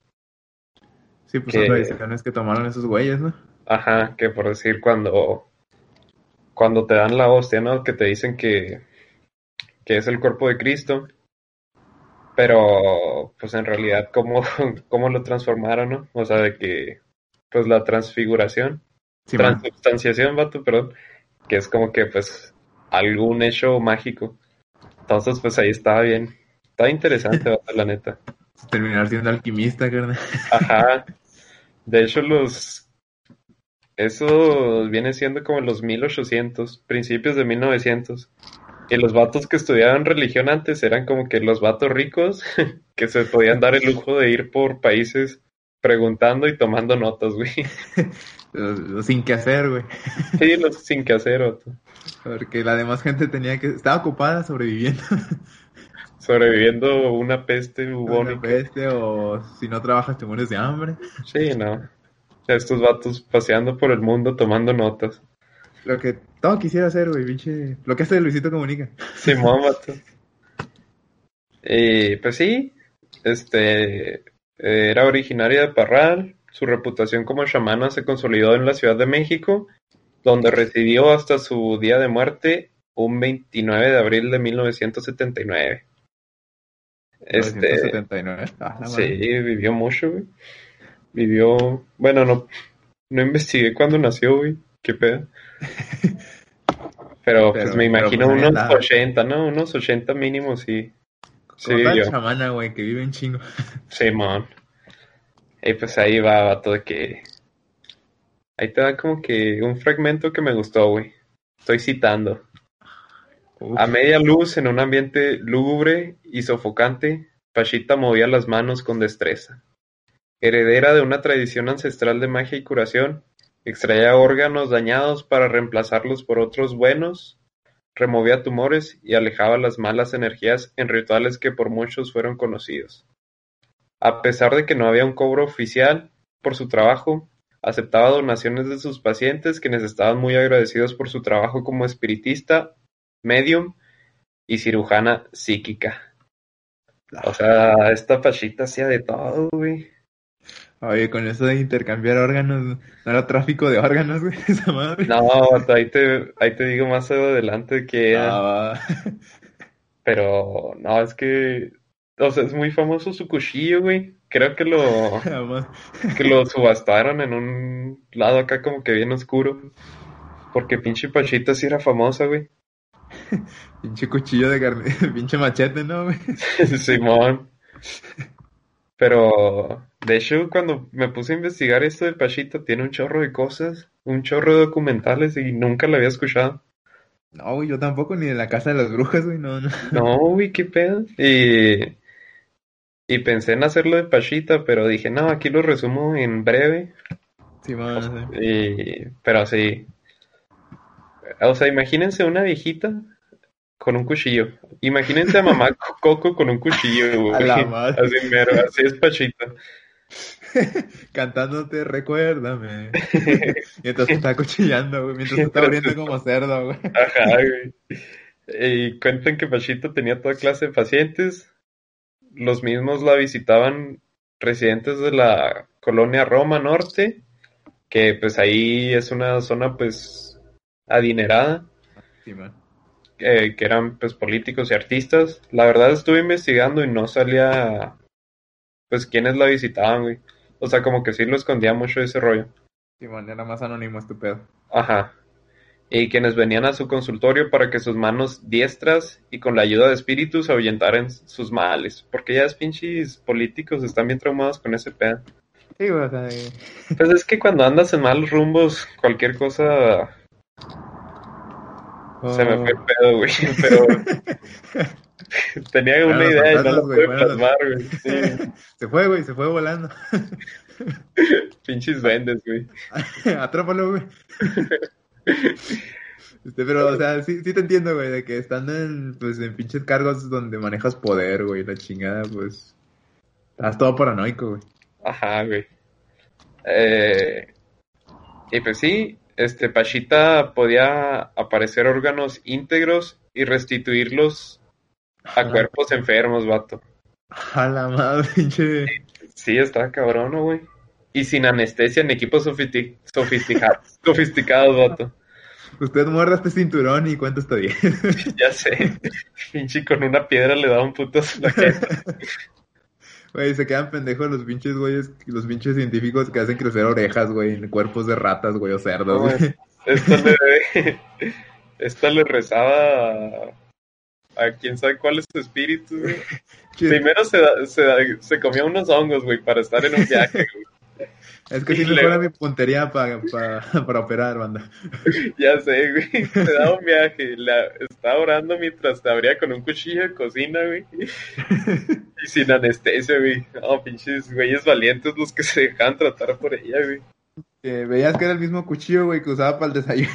Speaker 2: Sí, pues
Speaker 1: Que-
Speaker 2: son tradiciones que tomaron esos güeyes, ¿no?
Speaker 1: Ajá, que por decir cuando, cuando te dan la hostia, ¿no? Que te dicen que, que es el cuerpo de Cristo, pero pues en realidad cómo, cómo lo transformaron, ¿no? O sea, de que pues la transfiguración,
Speaker 2: Sí, man.
Speaker 1: transubstanciación, vato, perdón, que es como que pues algún hecho mágico. Entonces pues ahí estaba bien, estaba interesante, vato, la neta.
Speaker 2: Terminar siendo alquimista, carnal.
Speaker 1: Ajá. De hecho, los... Eso viene siendo como los 1800, principios de 1900. Y los vatos que estudiaban religión antes eran como que los vatos ricos que se podían dar el lujo de ir por países preguntando y tomando notas, güey.
Speaker 2: Eh, Sin que hacer, güey.
Speaker 1: Sí, los sin que hacer, vato.
Speaker 2: Porque la demás gente tenía que... Estaba ocupada sobreviviendo.
Speaker 1: Sobreviviendo una peste
Speaker 2: Una
Speaker 1: bubónica.
Speaker 2: peste o si no trabajas te mueres de hambre.
Speaker 1: Sí, no. Estos vatos paseando por el mundo tomando notas.
Speaker 2: Lo que todo quisiera hacer, güey, pinche... Lo que hace Luisito Comunica.
Speaker 1: Simón, vato. Y pues sí, este eh, era originaria de Parral. Su reputación como chamana se consolidó en la Ciudad de México, donde residió hasta su día de muerte, un 29 de abril de 1979. Este,
Speaker 2: 979. Ah, la
Speaker 1: sí,
Speaker 2: madre.
Speaker 1: vivió mucho, güey. Vivió, bueno, no, no investigué cuándo nació, güey. Qué pedo. Pero, pues me
Speaker 2: Pero- pero,
Speaker 1: imagino
Speaker 2: pues, ahí
Speaker 1: unos
Speaker 2: andaba.
Speaker 1: 80, ¿no? Unos 80 mínimo, sí. Sí,
Speaker 2: Como tal
Speaker 1: yo.
Speaker 2: chamana, güey, que vive un chingo.
Speaker 1: Simón. Y pues ahí va, va todo que. Ahí te da como que un fragmento que me gustó, güey. Estoy citando.
Speaker 2: Uf.
Speaker 1: A media luz, en un ambiente lúgubre y sofocante, Pachita movía las manos con destreza. Heredera de una tradición ancestral de magia y curación, extraía órganos dañados para reemplazarlos por otros buenos, removía tumores y alejaba las malas energías en rituales que por muchos fueron conocidos. A pesar de que no había un cobro oficial por su trabajo, aceptaba donaciones de sus pacientes quienes estaban muy agradecidos por su trabajo como espiritista medium y cirujana psíquica. O sea, esta pachita hacía de todo, güey.
Speaker 2: Oye, con eso de intercambiar órganos, no era tráfico de órganos, güey, esa madre.
Speaker 1: No, vato, ahí te, ahí te digo más adelante que era,
Speaker 2: Ah,
Speaker 1: pero no, es que, o sea, es muy famoso su cuchillo, güey. Creo que lo,
Speaker 2: la madre.
Speaker 1: que lo subastaron en un lado acá como que bien oscuro, porque pinche pachita sí era famosa, güey.
Speaker 2: pinche cuchillo de carne, pinche machete, ¿no, güey?
Speaker 1: Simón. Pero, de hecho, cuando me puse a investigar esto del Pachita, tiene un chorro de cosas, un chorro de documentales y nunca la había escuchado.
Speaker 2: No, güey, yo tampoco, ni de la casa de las brujas, güey, no, no.
Speaker 1: No, uy, qué pedo. Y, y pensé en hacerlo de Pachita, pero dije, no, aquí lo resumo en breve.
Speaker 2: Sí, más, güey.
Speaker 1: Y, pero sí. O sea, imagínense una viejita con un cuchillo. Imagínense a mamá Co- Coco con un cuchillo,
Speaker 2: A
Speaker 1: güey.
Speaker 2: la madre.
Speaker 1: Así mero, así es Pachita.
Speaker 2: Cantándote, recuérdame. mientras te está cuchillando, güey, mientras te está abriendo como cerdo, güey.
Speaker 1: Ajá, güey. Y cuentan que Pachito tenía toda clase de pacientes. Los mismos la visitaban residentes de la colonia Roma Norte, que pues ahí es una zona pues adinerada,
Speaker 2: Sí, man.
Speaker 1: eh, que eran pues políticos y artistas. La verdad estuve investigando y no salía pues quiénes la visitaban, güey. O sea, como que sí lo escondía mucho ese rollo.
Speaker 2: Sí, man, era más anónimo, estupendo.
Speaker 1: Ajá. Y quienes venían a su consultorio para que sus manos diestras y con la ayuda de espíritus ahuyentaran sus males. Porque ya es pinches políticos están bien traumados con ese pedo.
Speaker 2: Sí, güey, o sea, eh,
Speaker 1: Pues es que cuando andas en malos rumbos, cualquier cosa se
Speaker 2: oh,
Speaker 1: me fue el pedo, güey. Pero tenía
Speaker 2: Eran
Speaker 1: una
Speaker 2: los
Speaker 1: idea y no la
Speaker 2: fantasmas, güey,
Speaker 1: pude
Speaker 2: eran los-
Speaker 1: plasmar, güey. Sí,
Speaker 2: se fue, güey, se fue volando.
Speaker 1: pinches vendes, güey.
Speaker 2: Atrápalo, güey. Este, pero, o sea, sí, sí te entiendo, güey, de que estando en, pues, en pinches cargos donde manejas poder, güey, la chingada, pues. Estás todo paranoico, güey.
Speaker 1: Ajá, güey. Eh, y pues sí, este Pachita podía aparecer órganos íntegros y restituirlos a cuerpos enfermos, vato.
Speaker 2: A la madre, pinche.
Speaker 1: Sí, está cabrón, ¿no, güey. Y sin anestesia en equipos sofisti- sofisticados, sofisticados, vato.
Speaker 2: Usted muerda este cinturón y cuenta hasta 10.
Speaker 1: Ya sé. Pinche con una piedra le da un puto la gente.
Speaker 2: Güey, se quedan pendejos los pinches güeyes, los pinches científicos que hacen crecer orejas, güey, en cuerpos de ratas, güey, o cerdos, güey.
Speaker 1: Esta le, esta le rezaba a, a quién sabe cuáles espíritus, güey. Primero se, da- se, da- se comía unos hongos, güey, para estar en un viaje, güey.
Speaker 2: Es que si me
Speaker 1: le-
Speaker 2: fuera mi puntería pa- pa- para operar, banda.
Speaker 1: Ya sé, güey. Se da un viaje. La, estaba orando mientras te abría con un cuchillo de cocina, güey. Y sin anestesia, güey. Oh, pinches güeyes valientes los que se dejaban tratar por ella, güey.
Speaker 2: Que Eh, veías que era el mismo cuchillo, güey, que usaba para el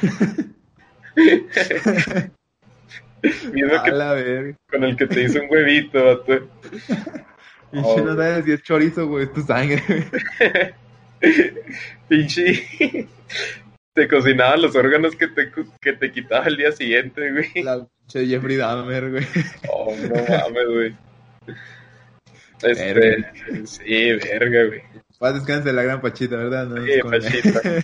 Speaker 2: desayuno.
Speaker 1: Mismo
Speaker 2: A
Speaker 1: que
Speaker 2: la verga.
Speaker 1: con el que te hizo un huevito, vato.
Speaker 2: Pinche, no
Speaker 1: güey.
Speaker 2: sabes si es chorizo, güey, es tu sangre, güey.
Speaker 1: Pinche. Te cocinaba los órganos que te, cu- que te quitaba el día siguiente, güey.
Speaker 2: La pinche Jeffrey Dahmer, güey.
Speaker 1: Oh, no mames, güey. Este,
Speaker 2: Verga.
Speaker 1: sí, verga, güey.
Speaker 2: Paz descanse la gran Pachita, ¿verdad? No,
Speaker 1: Sí, Pachita.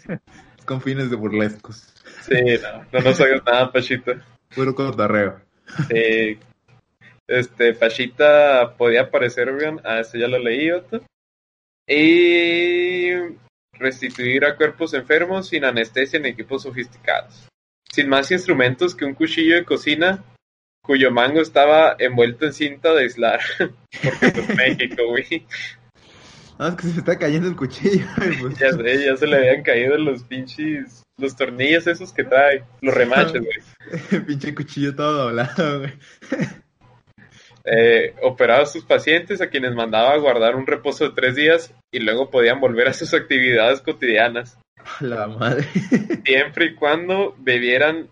Speaker 2: es con fines de burlescos.
Speaker 1: Sí, no, no nos hagas nada, Pachita.
Speaker 2: Puro cotorreo.
Speaker 1: Eh, este, Pachita podía aparecer, vean, ah, eso ya lo leí, otro. Y restituir a cuerpos enfermos sin anestesia en equipos sofisticados. Sin más instrumentos que un cuchillo de cocina cuyo mango estaba envuelto en cinta de aislar. Porque pues México, güey.
Speaker 2: No, es que se me está cayendo el cuchillo, güey. pues.
Speaker 1: Ya sé, ya se le habían caído los pinches, los tornillos esos que trae, los remaches, güey.
Speaker 2: Pinche cuchillo todo doblado, güey.
Speaker 1: Eh, operaba a sus pacientes a quienes mandaba a guardar un reposo de tres días y luego podían volver a sus actividades cotidianas,
Speaker 2: A La madre.
Speaker 1: siempre y cuando bebieran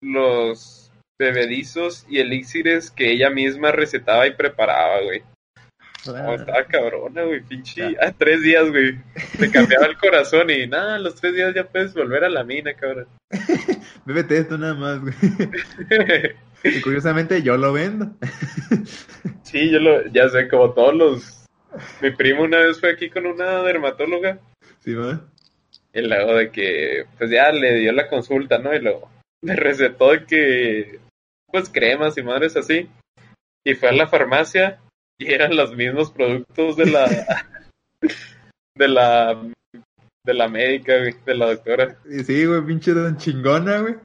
Speaker 1: los bebedizos y elixires que ella misma recetaba y preparaba, güey.
Speaker 2: Ah.
Speaker 1: Oh, estaba cabrona, güey, pinche. Ah, tres días, güey. Te cambiaba el corazón y nada, los tres días ya puedes volver a la mina, cabrón.
Speaker 2: Bébete esto nada más, güey. Y curiosamente yo lo vendo.
Speaker 1: Sí, yo lo, ya sé, como todos los... Mi primo una vez fue aquí con una dermatóloga
Speaker 2: ¿Sí, va?
Speaker 1: Y luego de que, pues ya le dio la consulta, ¿no? Y luego le recetó de que, pues cremas y madres así. Y fue a la farmacia y eran los mismos productos de la, de la, de la médica, güey, de la doctora.
Speaker 2: Y Sí, güey, pinche don chingona, güey.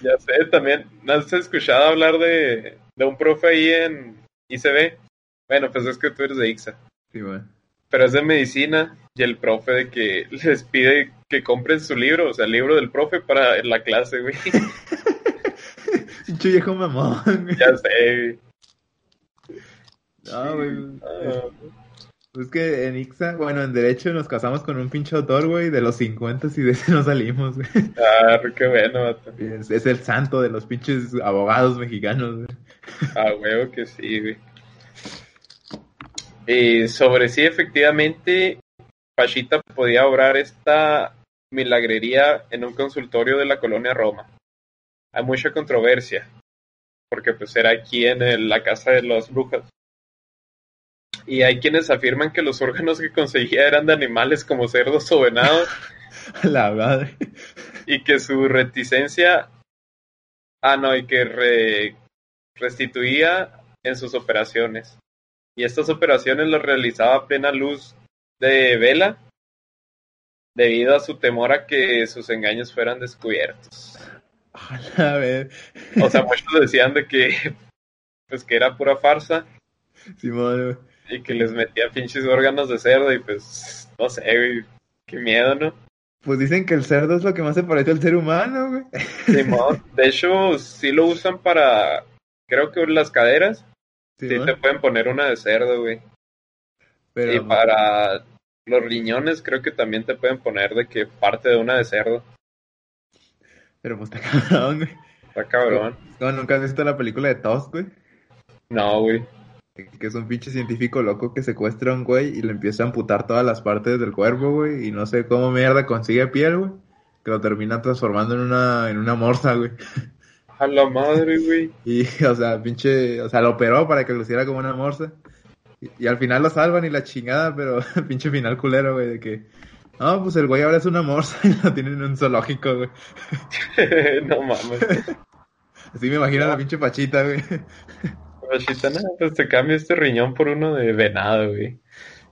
Speaker 1: Ya sé, también, ¿no has escuchado hablar de, de un profe ahí en ICB? Bueno, pues es que tú eres de ICSA.
Speaker 2: Sí, va.
Speaker 1: pero es de medicina y el profe de que les pide que compren su libro, o sea, el libro del profe para la clase, güey.
Speaker 2: Pinche viejo mamón, güey.
Speaker 1: ya sé. güey.
Speaker 2: No, güey.
Speaker 1: Ah,
Speaker 2: Es que en Ixa, bueno, en Derecho nos casamos con un pinche autor, güey, de los 50 y de ese no salimos, güey.
Speaker 1: ah, qué bueno, vato.
Speaker 2: Es, es el santo de los pinches abogados mexicanos, güey.
Speaker 1: Ah, huevo que sí, güey. Y sobre sí, efectivamente, Pachita podía obrar esta milagrería en un consultorio de la colonia Roma. Hay mucha controversia, porque pues era aquí en el- la casa de las brujas. Y hay quienes afirman que los órganos que conseguía eran de animales como cerdos o venados,
Speaker 2: A La madre.
Speaker 1: y que su reticencia, ah no, y que re- restituía en sus operaciones. Y estas operaciones las realizaba a plena luz de vela debido a su temor a que sus engaños fueran descubiertos.
Speaker 2: A la ver.
Speaker 1: O sea, muchos decían de que pues que era pura farsa
Speaker 2: Simón, güey.
Speaker 1: y que les metía pinches órganos de cerdo y pues no sé, güey, qué miedo, ¿no?
Speaker 2: Pues dicen que el cerdo es lo que más se parece al ser humano, güey.
Speaker 1: Simón, de hecho, sí lo usan para, creo que las caderas, Sí,
Speaker 2: Simón.
Speaker 1: te pueden poner una de cerdo, güey.
Speaker 2: Pero,
Speaker 1: y para los riñones creo que también te pueden poner de que parte de una de cerdo.
Speaker 2: Pero pues está cabrón, güey.
Speaker 1: Está cabrón.
Speaker 2: No, nunca has visto la película de Toss, güey.
Speaker 1: No, güey.
Speaker 2: Que es un pinche científico loco que secuestra a un güey y le empieza a amputar todas las partes del cuerpo, güey. Y no sé cómo mierda consigue piel, güey. Que lo termina transformando en una, en una morsa, güey.
Speaker 1: A la madre, güey.
Speaker 2: Y, o sea, pinche, o sea, lo operó para que luciera como una morsa. Y, y al final lo salvan y la chingada, pero pinche final culero, güey, de que, no, pues el güey ahora es una morsa y la tienen en un zoológico, güey.
Speaker 1: no mames.
Speaker 2: Así me imagino a la pinche pachita, güey.
Speaker 1: Pachita, nada, pues te cambio este riñón por uno de venado, güey.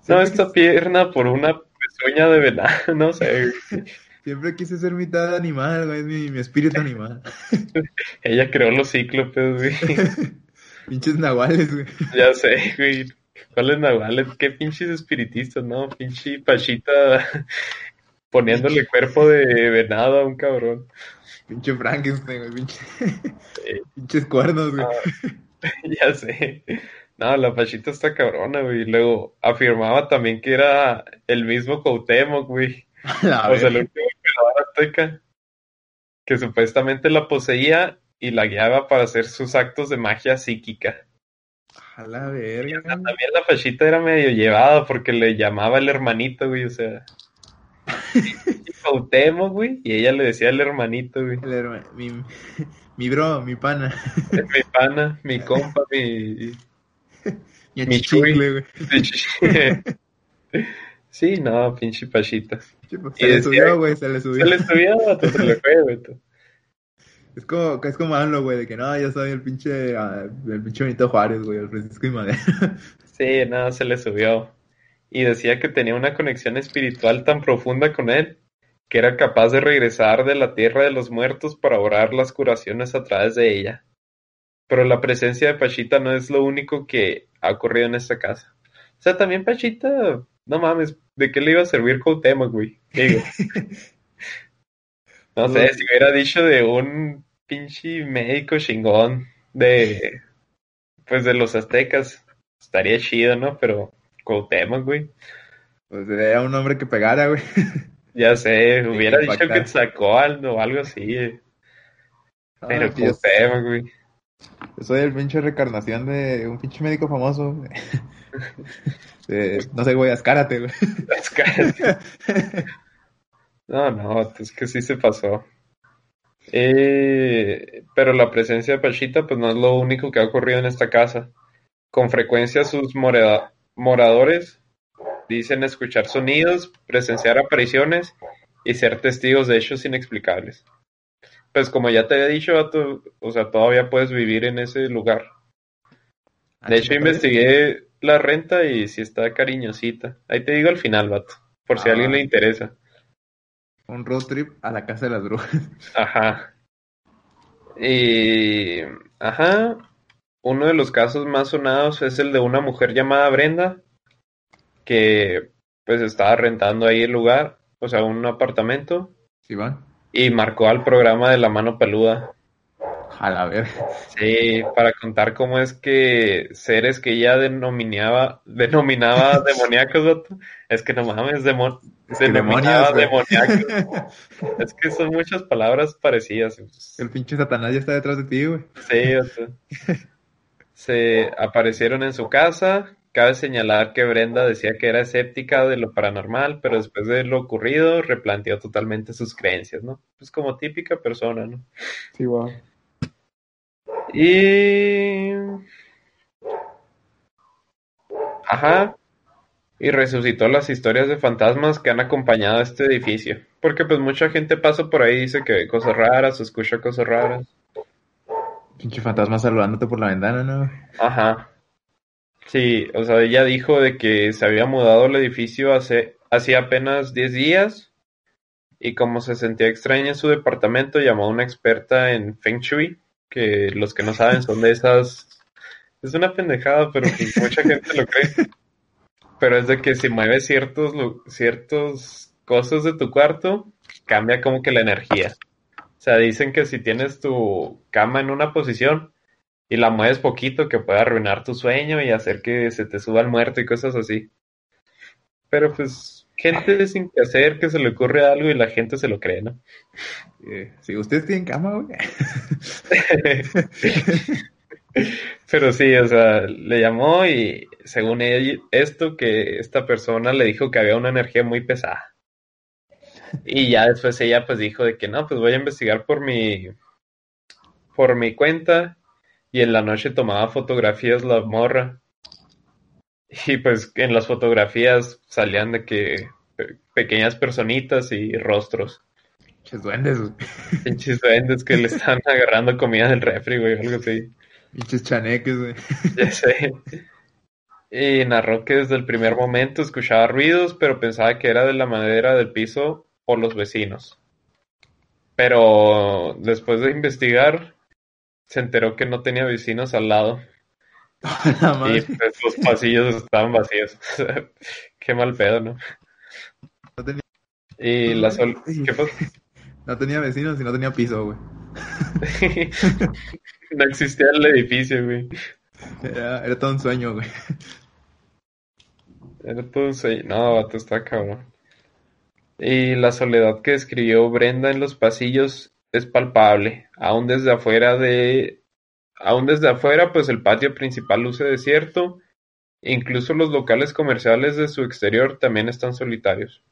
Speaker 1: No, esta pierna por una pezuña de venado, no sé, güey.
Speaker 2: Siempre quise ser mitad animal, güey, es mi, mi espíritu animal.
Speaker 1: Ella creó los cíclopes, güey.
Speaker 2: Pinches nahuales, güey.
Speaker 1: Ya sé, güey. ¿Cuáles nahuales? ¿Qué pinches espiritistas, no? Pinche pachita poniéndole cuerpo de venado a un cabrón.
Speaker 2: Pinche Frankenstein, güey. Pinche... Pinches cuernos, güey.
Speaker 1: Ah, ya sé. No, la pachita está cabrona, güey. Luego afirmaba también que era el mismo Cuauhtémoc, güey.
Speaker 2: La
Speaker 1: Ah, o sea, el
Speaker 2: verga.
Speaker 1: último emperador azteca que supuestamente la poseía y la guiaba para hacer sus actos de magia psíquica.
Speaker 2: A la verga.
Speaker 1: O sea, también la fachita era medio llevada porque le llamaba el hermanito, güey, o sea. Y Cuauhtémoc, güey, y ella le decía el hermanito, güey.
Speaker 2: El herma- Mi, mi bro, mi pana.
Speaker 1: Es mi pana, mi compa, mi.
Speaker 2: Mi
Speaker 1: Mi
Speaker 2: achichincle,
Speaker 1: chuy.
Speaker 2: güey.
Speaker 1: Sí, no, pinche pachita.
Speaker 2: pues, Se le
Speaker 1: decía-
Speaker 2: subió, güey, se le
Speaker 1: Se
Speaker 2: subió.
Speaker 1: le subía, vato, se le fue, güey.
Speaker 2: Es como, es como AMLO, güey, de que no, yo soy el pinche, ah, el pinche Benito Juárez, güey, el Francisco y Madera.
Speaker 1: Sí, nada, se le subió. Y decía que tenía una conexión espiritual tan profunda con él que era capaz de regresar de la tierra de los muertos para orar las curaciones a través de ella. Pero la presencia de Pachita no es lo único que ha ocurrido en esta casa. O sea, también Pachita, no mames, ¿de qué le iba a servir Cuauhtémoc, güey? Digo. No sé, si hubiera dicho de un pinche médico chingón de, pues de los aztecas, estaría chido, ¿no? Pero Cuauhtémoc, güey.
Speaker 2: Pues era un hombre que pegara, güey.
Speaker 1: Ya sé, hubiera dicho
Speaker 2: impactar.
Speaker 1: que sacó algo o algo así, eh. pero
Speaker 2: Ah, tío,
Speaker 1: Cuauhtémoc, güey.
Speaker 2: yo soy el pinche recarnación de un pinche médico famoso, güey. De- no sé, güey, ascárate, güey.
Speaker 1: Las caras. No, no, es que sí se pasó. Eh, pero la presencia de Pachita, pues no es lo único que ha ocurrido en esta casa. Con frecuencia sus moreda- moradores dicen escuchar sonidos, presenciar apariciones y ser testigos de hechos inexplicables. Pues como ya te había dicho, vato, o sea, todavía puedes vivir en ese lugar. Ah, De hecho, investigué la renta y si está cariñosita. Ahí te digo al final, vato, por si a
Speaker 2: Ah.
Speaker 1: alguien le interesa.
Speaker 2: Un road trip a la casa de las brujas.
Speaker 1: Ajá. Y, ajá, uno de los casos más sonados es el de una mujer llamada Brenda, que pues estaba rentando ahí el lugar, o sea, un apartamento,
Speaker 2: ¿Sí van?
Speaker 1: y marcó al programa de La Mano Peluda.
Speaker 2: A la verga.
Speaker 1: Sí, para contar cómo es que seres que ella denominaba, denominaba demoníacos, vato, es que no mames, demo-
Speaker 2: Es que
Speaker 1: denominaba
Speaker 2: demonios, güey.
Speaker 1: demoníacos. Es que son muchas palabras parecidas.
Speaker 2: El pinche Satanás ya está detrás de ti, güey.
Speaker 1: Sí, o sea, se aparecieron en su casa. Cabe señalar que Brenda decía que era escéptica de lo paranormal, pero después de lo ocurrido replanteó totalmente sus creencias, ¿no? Pues como típica persona, ¿no?
Speaker 2: Sí, güey.
Speaker 1: Y... Ajá. Y resucitó las historias de fantasmas que han acompañado a este edificio. Porque pues mucha gente pasa por ahí y dice que ve cosas raras, o escucha cosas raras.
Speaker 2: Pinche fantasma saludándote por la ventana, ¿no? güey?
Speaker 1: Ajá. Sí, o sea, ella dijo de que se había mudado el edificio hace, hacía apenas 10 días y como se sentía extraña en su departamento, llamó a una experta en Feng Shui, que los que no saben son de esas... Es una pendejada, pero pues mucha gente lo cree. Pero es de que si mueves ciertos, lu- ciertos cosas de tu cuarto, cambia como que la energía. O sea, dicen que si tienes tu cama en una posición, y la mueves poquito que puede arruinar tu sueño y hacer que se te suba el muerto y cosas así. Pero pues gente sin que hacer que se le ocurre algo y la gente se lo cree, ¿no?
Speaker 2: Eh, si ustedes tienen cama, güey.
Speaker 1: Pero sí, o sea, le llamó y según ella, esto que esta persona le dijo que había una energía muy pesada. Y ya después ella pues dijo de que no, pues voy a investigar por mi por mi cuenta y en la noche tomaba fotografías la morra. Y pues en las fotografías salían de que pe- pequeñas personitas y rostros.
Speaker 2: Pinches duendes, güey.
Speaker 1: Pinches duendes que le están agarrando comida del refri, güey, algo así.
Speaker 2: Pinches chaneques, güey.
Speaker 1: Ya sé. Y narró que desde el primer momento escuchaba ruidos, pero pensaba que era de la madera del piso o los vecinos. Pero después de investigar, se enteró que no tenía vecinos al lado
Speaker 2: A la
Speaker 1: y
Speaker 2: madre.
Speaker 1: pues los pasillos estaban vacíos. Qué mal pedo, ¿no?
Speaker 2: No tenía,
Speaker 1: Y la sol...
Speaker 2: Sí.
Speaker 1: ¿Qué pasó?
Speaker 2: no tenía vecinos y no tenía piso, güey.
Speaker 1: No existía el edificio, güey.
Speaker 2: Era, era todo un sueño, güey.
Speaker 1: Era todo un sueño. No, vato, está cabrón. Y la soledad que describió Brenda en los pasillos es palpable. Aún desde afuera de... Aún desde afuera, pues el patio principal luce desierto. Incluso los locales comerciales de su exterior también están solitarios.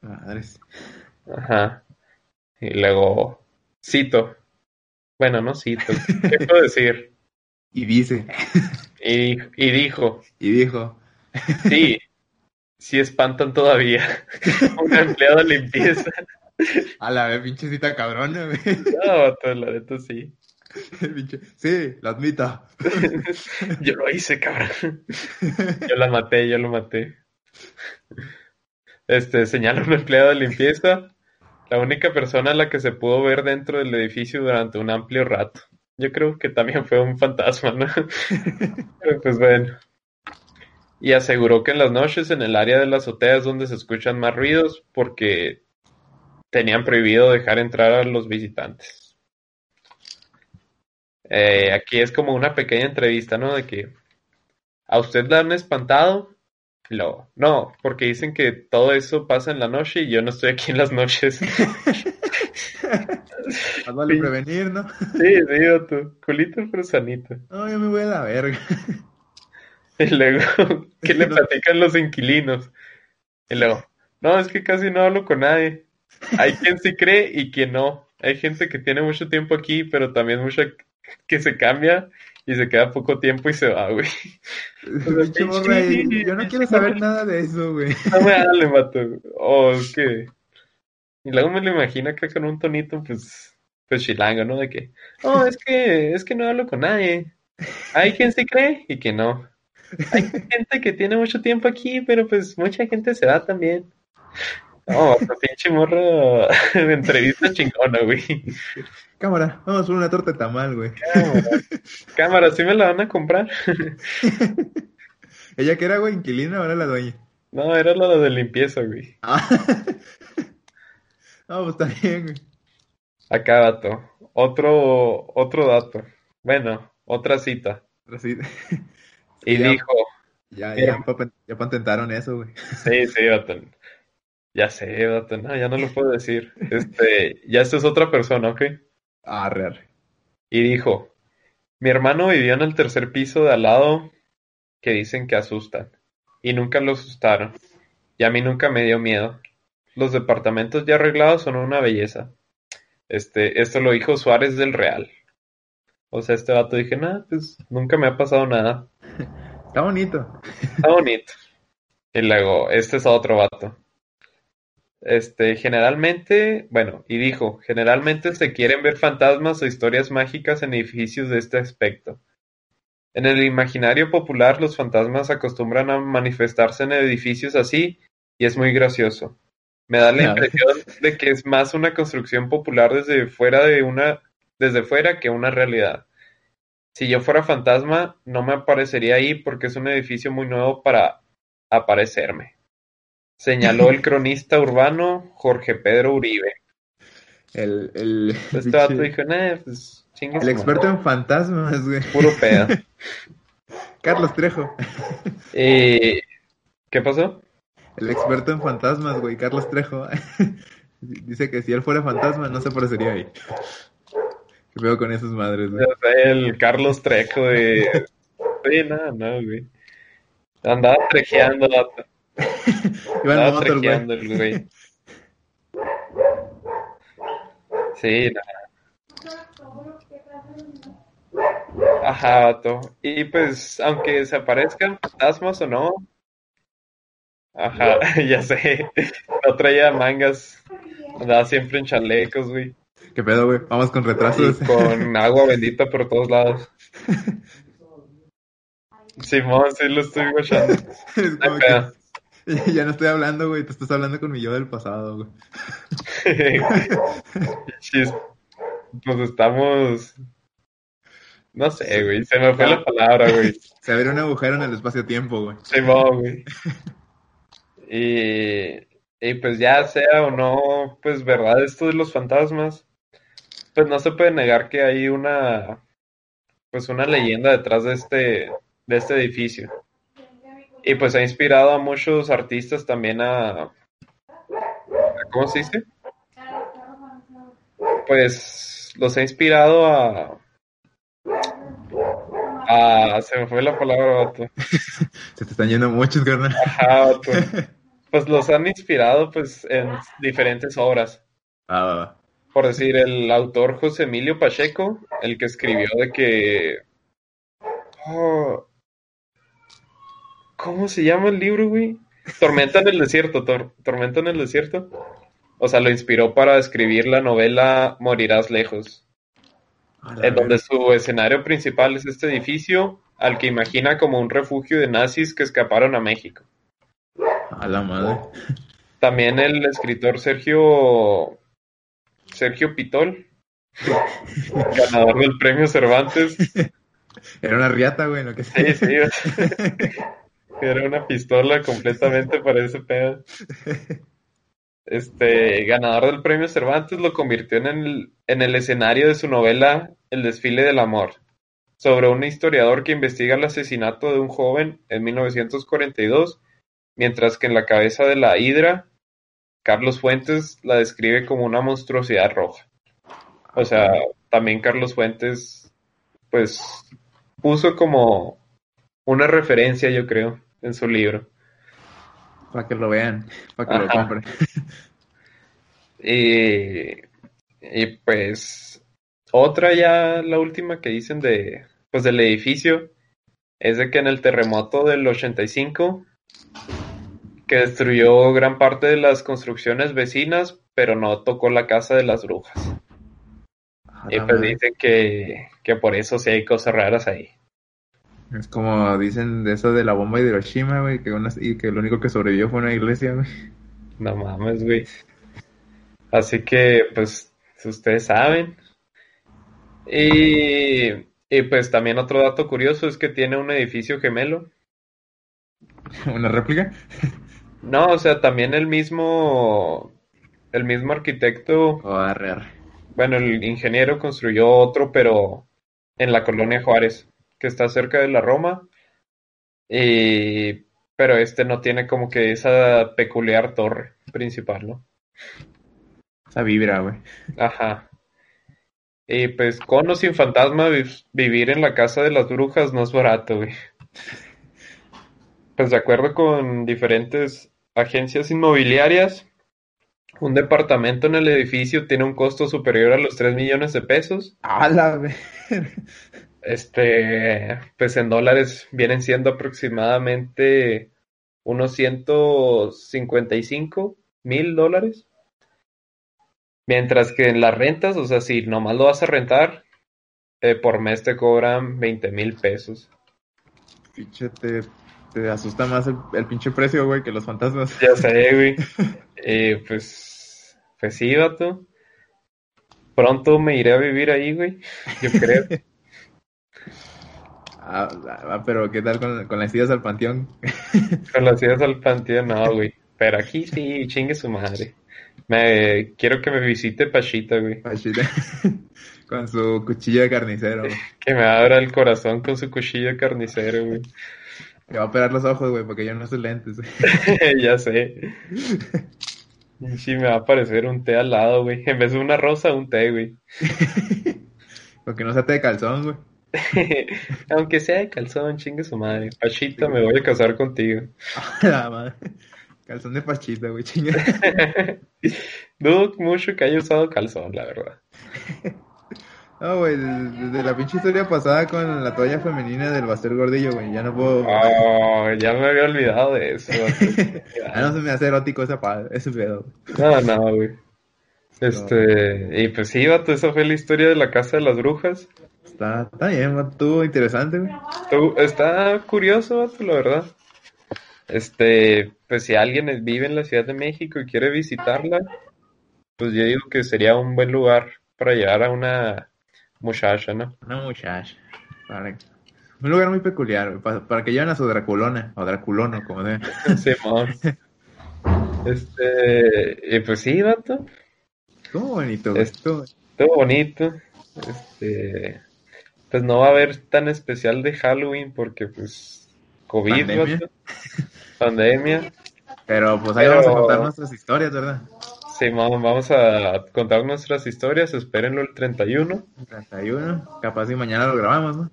Speaker 2: Madres.
Speaker 1: Ajá. Y luego, cito. Bueno, no cito. ¿Qué puedo decir?
Speaker 2: Y dice,
Speaker 1: Y, di- y dijo,
Speaker 2: y dijo,
Speaker 1: sí, sí espantan todavía. Un empleado de limpieza.
Speaker 2: a la vez, pinche cita cabrona, güey.
Speaker 1: No, vato, la neta sí.
Speaker 2: Pinche- Sí, lo admito.
Speaker 1: Yo lo hice, cabrón. Yo la maté, yo lo maté. Este, señala un empleado de limpieza, la única persona a la que se pudo ver dentro del edificio durante un amplio rato. Yo creo que también fue un fantasma, ¿no? Pero, pues bueno. Y aseguró que en las noches en el área de las azoteas donde se escuchan más ruidos porque tenían prohibido dejar entrar a los visitantes. Eh, aquí es como una pequeña entrevista, ¿no? De que a usted la han espantado. Y luego, no, porque dicen que todo eso pasa en la noche y yo no estoy aquí en las noches. Sí,
Speaker 2: Más vale
Speaker 1: Sí.
Speaker 2: prevenir, ¿no?
Speaker 1: sí, vato, culito pero sanito.
Speaker 2: No, yo me voy a la verga.
Speaker 1: Y luego, ¿qué le platican los inquilinos? Y luego, no, es que casi no hablo con nadie. Hay quien sí cree y quien no. Hay gente que tiene mucho tiempo aquí, pero también mucha que se cambia y se queda poco tiempo y se va, güey.
Speaker 2: Pinche morra ahí, Yo no quiero saber nada de eso, güey.
Speaker 1: No me hable, mato. O Oh, es que. Y luego me lo imagino acá con un tonito, pues, pues chilango, ¿no? De que, no, es que, es que no hablo con nadie. Hay quien se cree y que no. Hay gente que tiene mucho tiempo aquí, pero pues mucha gente se va también. No, vato, pinche morro de entrevista chingona, güey.
Speaker 2: Cámara, vamos por una torta de tamal, güey.
Speaker 1: Cámara. Cámara, ¿sí me la van a comprar?
Speaker 2: Ella que era, güey, inquilina, ahora la dueña.
Speaker 1: No, era la de limpieza, güey.
Speaker 2: Ah. No, pues está bien, güey.
Speaker 1: Acá, vato. Otro, otro dato. Pero Bueno, otra cita.
Speaker 2: Pero sí,
Speaker 1: Y
Speaker 2: Ya.
Speaker 1: dijo,
Speaker 2: ya,
Speaker 1: Pero-
Speaker 2: ya, pa- ya patentaron eso, güey.
Speaker 1: sí, sí, Batón. Ya sé, Batón, no, ya no lo puedo decir. Este, ya esta es otra persona, ¿ok?
Speaker 2: Arre, arre.
Speaker 1: Y dijo, mi hermano vivía en el tercer piso de al lado que dicen que asustan. Y nunca lo asustaron. Y a mí nunca me dio miedo. Los departamentos ya arreglados son una belleza. Este, esto lo dijo Suárez del Real. O sea, este vato dije, nada, pues nunca me ha pasado nada.
Speaker 2: Está bonito.
Speaker 1: Está bonito. Y luego, este es otro vato. Este, generalmente, bueno, y dijo, generalmente se quieren ver fantasmas o historias mágicas en edificios de este aspecto. En el imaginario popular, los fantasmas acostumbran a manifestarse en edificios así y es muy gracioso. Me da la
Speaker 2: Ya.
Speaker 1: impresión de que es más una construcción popular desde fuera de una, desde fuera que una realidad. Si yo fuera fantasma, no me aparecería ahí porque es un edificio muy nuevo para aparecerme. Señaló el cronista urbano Jorge Pedro Uribe.
Speaker 2: El, el,
Speaker 1: Este
Speaker 2: pinche-
Speaker 1: vato dijo, "Nah, pues chingue
Speaker 2: el
Speaker 1: su
Speaker 2: experto
Speaker 1: madre".
Speaker 2: en fantasmas, güey.
Speaker 1: Puro pedo.
Speaker 2: Carlos Trejo.
Speaker 1: Eh, ¿qué pasó?
Speaker 2: El experto en fantasmas, güey, Carlos Trejo. Dice que si él fuera fantasma, no se aparecería ahí. ¿Qué veo con esas madres, güey?
Speaker 1: El Carlos Trejo, güey. Sí, nada, no, güey. Andaba trejeando, vato.
Speaker 2: Iba en
Speaker 1: Andaba
Speaker 2: moto, el güey.
Speaker 1: trejeando el güey. Sí, nada. Ajá, vato. Y pues, aunque se aparezcan fantasmas o no. Ajá, ya sé. No traía mangas. Andaba siempre en chalecos, güey.
Speaker 2: ¿Qué pedo, güey? Vamos con
Speaker 1: Y
Speaker 2: retrasos.
Speaker 1: con agua bendita por todos lados. Simón, sí lo estoy guachando.
Speaker 2: Es como
Speaker 1: Acá.
Speaker 2: que- Ya no estoy hablando, güey. Tú estás hablando con mi yo del pasado, güey.
Speaker 1: Chis- Nos pues estamos. No sé, güey. Se me fue la palabra, güey.
Speaker 2: Se abrió un agujero en el espacio-tiempo, güey.
Speaker 1: Simón, güey. Y, y pues ya sea o no, pues verdad, esto de los fantasmas, pues no se puede negar que hay una, pues una leyenda detrás de este, de este edificio. Y pues ha inspirado a muchos artistas también a, a- ¿cómo se dice? Pues los ha inspirado a, a, se me fue la palabra, vato.
Speaker 2: Se te están yendo muchos, carnal.
Speaker 1: Ajá, vato. Ah, Pues los han inspirado pues en diferentes obras.
Speaker 2: Ah, va, va.
Speaker 1: Por decir, el autor José Emilio Pacheco, el que escribió de que... Oh, ¿cómo se llama el libro, güey? Tormenta en el desierto, Tor- Tormenta en el desierto. O sea, lo inspiró para escribir la novela Morirás lejos,
Speaker 2: A la
Speaker 1: en donde
Speaker 2: verga.
Speaker 1: su escenario principal es este edificio al que imagina como un refugio de nazis que escaparon a México.
Speaker 2: A la madre.
Speaker 1: También el escritor Sergio Sergio Pitol, ganador del premio Cervantes.
Speaker 2: Era una riata, güey, lo que
Speaker 1: Sí,
Speaker 2: sea.
Speaker 1: sí. o sea, Era una pistola completamente para ese pedo. Este, ganador del premio Cervantes lo convirtió en el, en el escenario de su novela El desfile del amor, sobre un historiador que investiga el asesinato de un joven en 1942, mientras que en la cabeza de la hidra, Carlos Fuentes la describe como una monstruosidad roja. O sea, también Carlos Fuentes, pues, puso como una referencia, yo creo, en su libro.
Speaker 2: Para que lo vean, para que lo
Speaker 1: Ajá.
Speaker 2: compren.
Speaker 1: Y, y, pues otra ya, la última que dicen de, pues del edificio, es de que en el terremoto del 85, que destruyó gran parte de las construcciones vecinas, pero no tocó la casa de las brujas.
Speaker 2: A
Speaker 1: Y
Speaker 2: la
Speaker 1: pues
Speaker 2: Ah, madre.
Speaker 1: dicen que, que por eso sí hay cosas raras ahí.
Speaker 2: Es como dicen de eso de la bomba de Hiroshima, güey, que, una- y que lo único que sobrevivió fue una iglesia, güey.
Speaker 1: No mames, güey. Así que, pues, si ustedes saben. Y, y, pues también otro dato curioso es que tiene un edificio gemelo.
Speaker 2: ¿Una réplica?
Speaker 1: No, o sea, también el mismo, el mismo arquitecto,
Speaker 2: O Oh, arre, arre.
Speaker 1: bueno, el ingeniero construyó otro, pero en la colonia Juárez, que está cerca de la Roma. Y, pero este no tiene como que esa peculiar torre principal, ¿no?
Speaker 2: Esa vibra, güey.
Speaker 1: Ajá. Y pues con o sin fantasma vi- vivir en la casa de las brujas no es barato, güey. Pues de acuerdo con diferentes agencias inmobiliarias, un departamento en el edificio tiene un costo superior a los 3 millones de pesos.
Speaker 2: A la ver-
Speaker 1: Este, pues en dólares vienen siendo aproximadamente unos 155 mil dólares. Mientras que en las rentas, o sea, si nomás lo vas a rentar, eh, por mes te cobran 20 mil pesos.
Speaker 2: Pinche, te, te asusta más el, el pinche precio, güey, que los fantasmas.
Speaker 1: Ya sé, güey. Eh, pues, pues sí, vato. Pronto me iré a vivir ahí, güey. Yo creo.
Speaker 2: Ah, ah, pero ¿qué tal con, con las sillas al panteón?
Speaker 1: Con las idas al panteón, no, güey. Pero aquí sí, chingue su madre. Me, quiero que me visite Pachita, güey.
Speaker 2: Al chile. con su cuchillo de carnicero, güey.
Speaker 1: Que me abra el corazón con su cuchillo carnicero, güey.
Speaker 2: Te va a operar los ojos, güey, porque yo no uso lentes. güey.
Speaker 1: Ya sé. Sí, me va a aparecer un té al lado, güey. En vez de una rosa, un té, güey.
Speaker 2: Porque no se te de calzón, güey.
Speaker 1: Aunque sea de calzón, chingue su madre. Pachita, me voy a casar contigo.
Speaker 2: La madre. Calzón de pachita, güey, chinga.
Speaker 1: Dudo mucho que haya usado calzón, la verdad.
Speaker 2: No, güey, desde la pinche historia pasada con la toalla femenina del Bastel Gordillo, güey, ya no puedo...
Speaker 1: Oh, ya me había olvidado de eso.
Speaker 2: Ya no se me hace erótico esa pa- ese pedo, güey.
Speaker 1: No, no, güey. Este, y pues sí, vato, esa fue la historia de la casa de las brujas.
Speaker 2: Está, está bien, güey, estuvo interesante, güey.
Speaker 1: Tú- Está curioso, vato, la verdad. Este, pues si alguien vive en la Ciudad de México y quiere visitarla, pues yo digo que sería un buen lugar para llevar a una muchacha, ¿no?
Speaker 2: Una muchacha. Para- Un lugar muy peculiar, güey, para, para que lleven a su Draculona, o Draculono, como sea.
Speaker 1: Simón. Este, y pues sí, vato,
Speaker 2: Estuvo bonito, güey.
Speaker 1: Es-
Speaker 2: estuvo-
Speaker 1: todo bonito. Este, pues no va a haber tan especial de Halloween porque pues COVID,
Speaker 2: Pandemia.
Speaker 1: vato. Pandemia.
Speaker 2: Pero pues ahí
Speaker 1: Pero-
Speaker 2: vamos a contar nuestras historias, ¿verdad?
Speaker 1: Simón, vamos a contar nuestras historias, espérenlo el 31.
Speaker 2: 31, capaz y mañana lo grabamos, ¿no?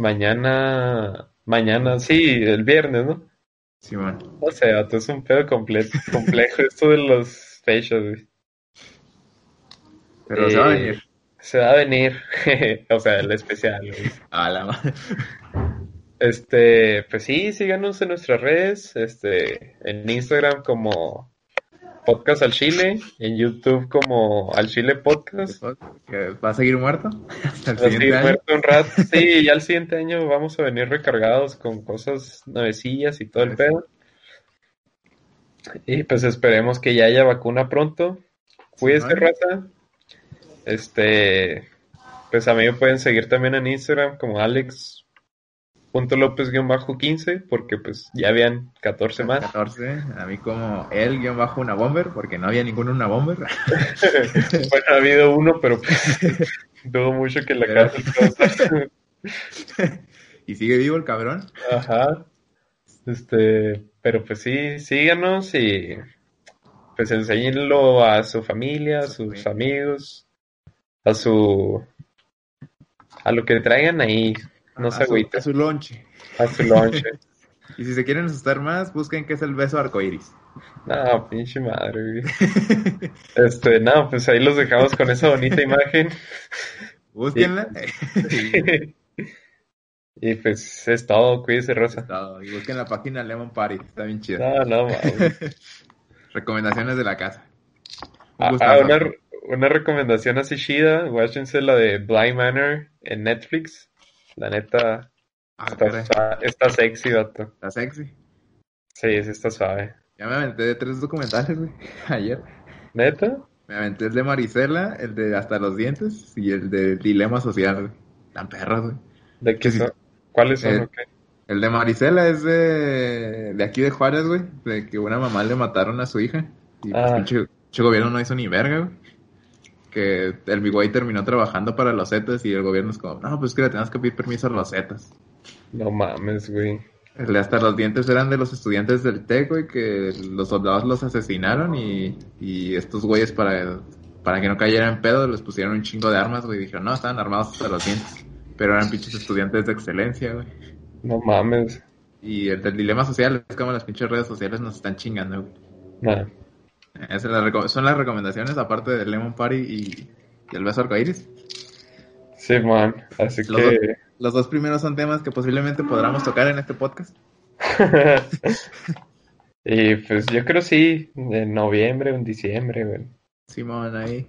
Speaker 1: Mañana, mañana, sí, el viernes, ¿no?
Speaker 2: Simón.
Speaker 1: O sea, vato, es un pedo completo, complejo esto de los fechas, güey.
Speaker 2: Pero se va a
Speaker 1: Eh,
Speaker 2: venir.
Speaker 1: Se va a venir, o sea, el especial, güey.
Speaker 2: A la madre.
Speaker 1: Este, pues sí, síganos en nuestras redes, este, en Instagram como Podcast al Chile, en YouTube como Al Chile Podcast.
Speaker 2: ¿Que ¿Va a seguir muerto? Hasta el
Speaker 1: Así
Speaker 2: siguiente año.
Speaker 1: muerto Pues un rato, sí, ya el siguiente año vamos a venir recargados con cosas nuevecillas y todo el pedo. Y pues esperemos que ya haya vacuna pronto. Cuídense,
Speaker 2: Sí, ¿no?
Speaker 1: raza. Este, pues a mí me pueden seguir también en Instagram como alex.lopez-15 porque pues ya habían 14 más.
Speaker 2: 14, a mí como el guión bajo una bomber, porque no había ninguna una bomber.
Speaker 1: Bueno, ha habido uno, pero pues dudo mucho que en la
Speaker 2: Pero-
Speaker 1: cárcel pueda estar.
Speaker 2: Y sigue vivo el cabrón.
Speaker 1: Ajá. Este, pero pues sí, síganos y pues enséñenlo a su familia, a sus amigos, a su a lo que traigan ahí, no
Speaker 2: a
Speaker 1: se
Speaker 2: su-
Speaker 1: agüiten,
Speaker 2: a su lonche.
Speaker 1: a su lonche.
Speaker 2: Y si se quieren asustar más, busquen qué es el beso arcoiris.
Speaker 1: No, pinche madre, güey. Este, no, pues ahí los dejamos con esa bonita imagen.
Speaker 2: Búsquenla.
Speaker 1: Y pues es todo, cuídense, Rosa.
Speaker 2: Todo, y busquen la página Lemon Party, está bien
Speaker 1: No,
Speaker 2: chida.
Speaker 1: no, mames.
Speaker 2: Recomendaciones de la casa. Un
Speaker 1: Ah,
Speaker 2: gustazo.
Speaker 1: una, una recomendación así chida, guáchense la de Blind Manor en Netflix. La neta,
Speaker 2: Ah,
Speaker 1: está,
Speaker 2: caray,
Speaker 1: está- está sexy, vato.
Speaker 2: está sexy.
Speaker 1: Sí, sí está suave.
Speaker 2: Ya me aventé de tres documentales, güey, ayer.
Speaker 1: ¿Neta?
Speaker 2: Me aventé el de Marisela, el de Hasta los Dientes y el de Dilema Social, güey. Tan perros, güey.
Speaker 1: ¿De qué
Speaker 2: Sí, sí.
Speaker 1: son? ¿Cuáles son
Speaker 2: Eh,
Speaker 1: o qué?
Speaker 2: El de Marisela es de, de aquí de Juárez, güey. De que una mamá le mataron a su hija. Y pues,
Speaker 1: Ah.
Speaker 2: pinche, pinche gobierno no hizo ni verga, güey. Que el big güey terminó trabajando para los Zetas y el gobierno es como, no, pues que le tenemos que pedir permiso a los Zetas.
Speaker 1: No mames, güey.
Speaker 2: El de hasta los dientes eran de los estudiantes del TEC, güey, que los soldados los asesinaron y, y estos güeyes para, para que no cayeran pedo les pusieron un chingo de armas, güey. y Dijeron, no, estaban armados hasta los dientes. Pero eran pinches estudiantes de excelencia, güey.
Speaker 1: No mames.
Speaker 2: Y el del dilema social es como las pinches redes sociales nos están chingando, güey.
Speaker 1: Nah.
Speaker 2: Esas son las reco- son las recomendaciones, aparte del Lemon Party y, y el beso arcoíris.
Speaker 1: Sí, man. Así
Speaker 2: Los
Speaker 1: que...
Speaker 2: Los dos primeros son temas que posiblemente podamos tocar en este podcast.
Speaker 1: y pues yo creo sí, en noviembre o en diciembre, güey.
Speaker 2: Simón, ahí.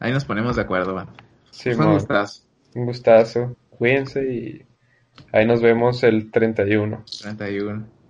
Speaker 2: Ahí nos ponemos de acuerdo, va.
Speaker 1: Sí,
Speaker 2: Son
Speaker 1: man.
Speaker 2: gustazo.
Speaker 1: Un gustazo. Cuídense y ahí nos vemos el 31.
Speaker 2: 31.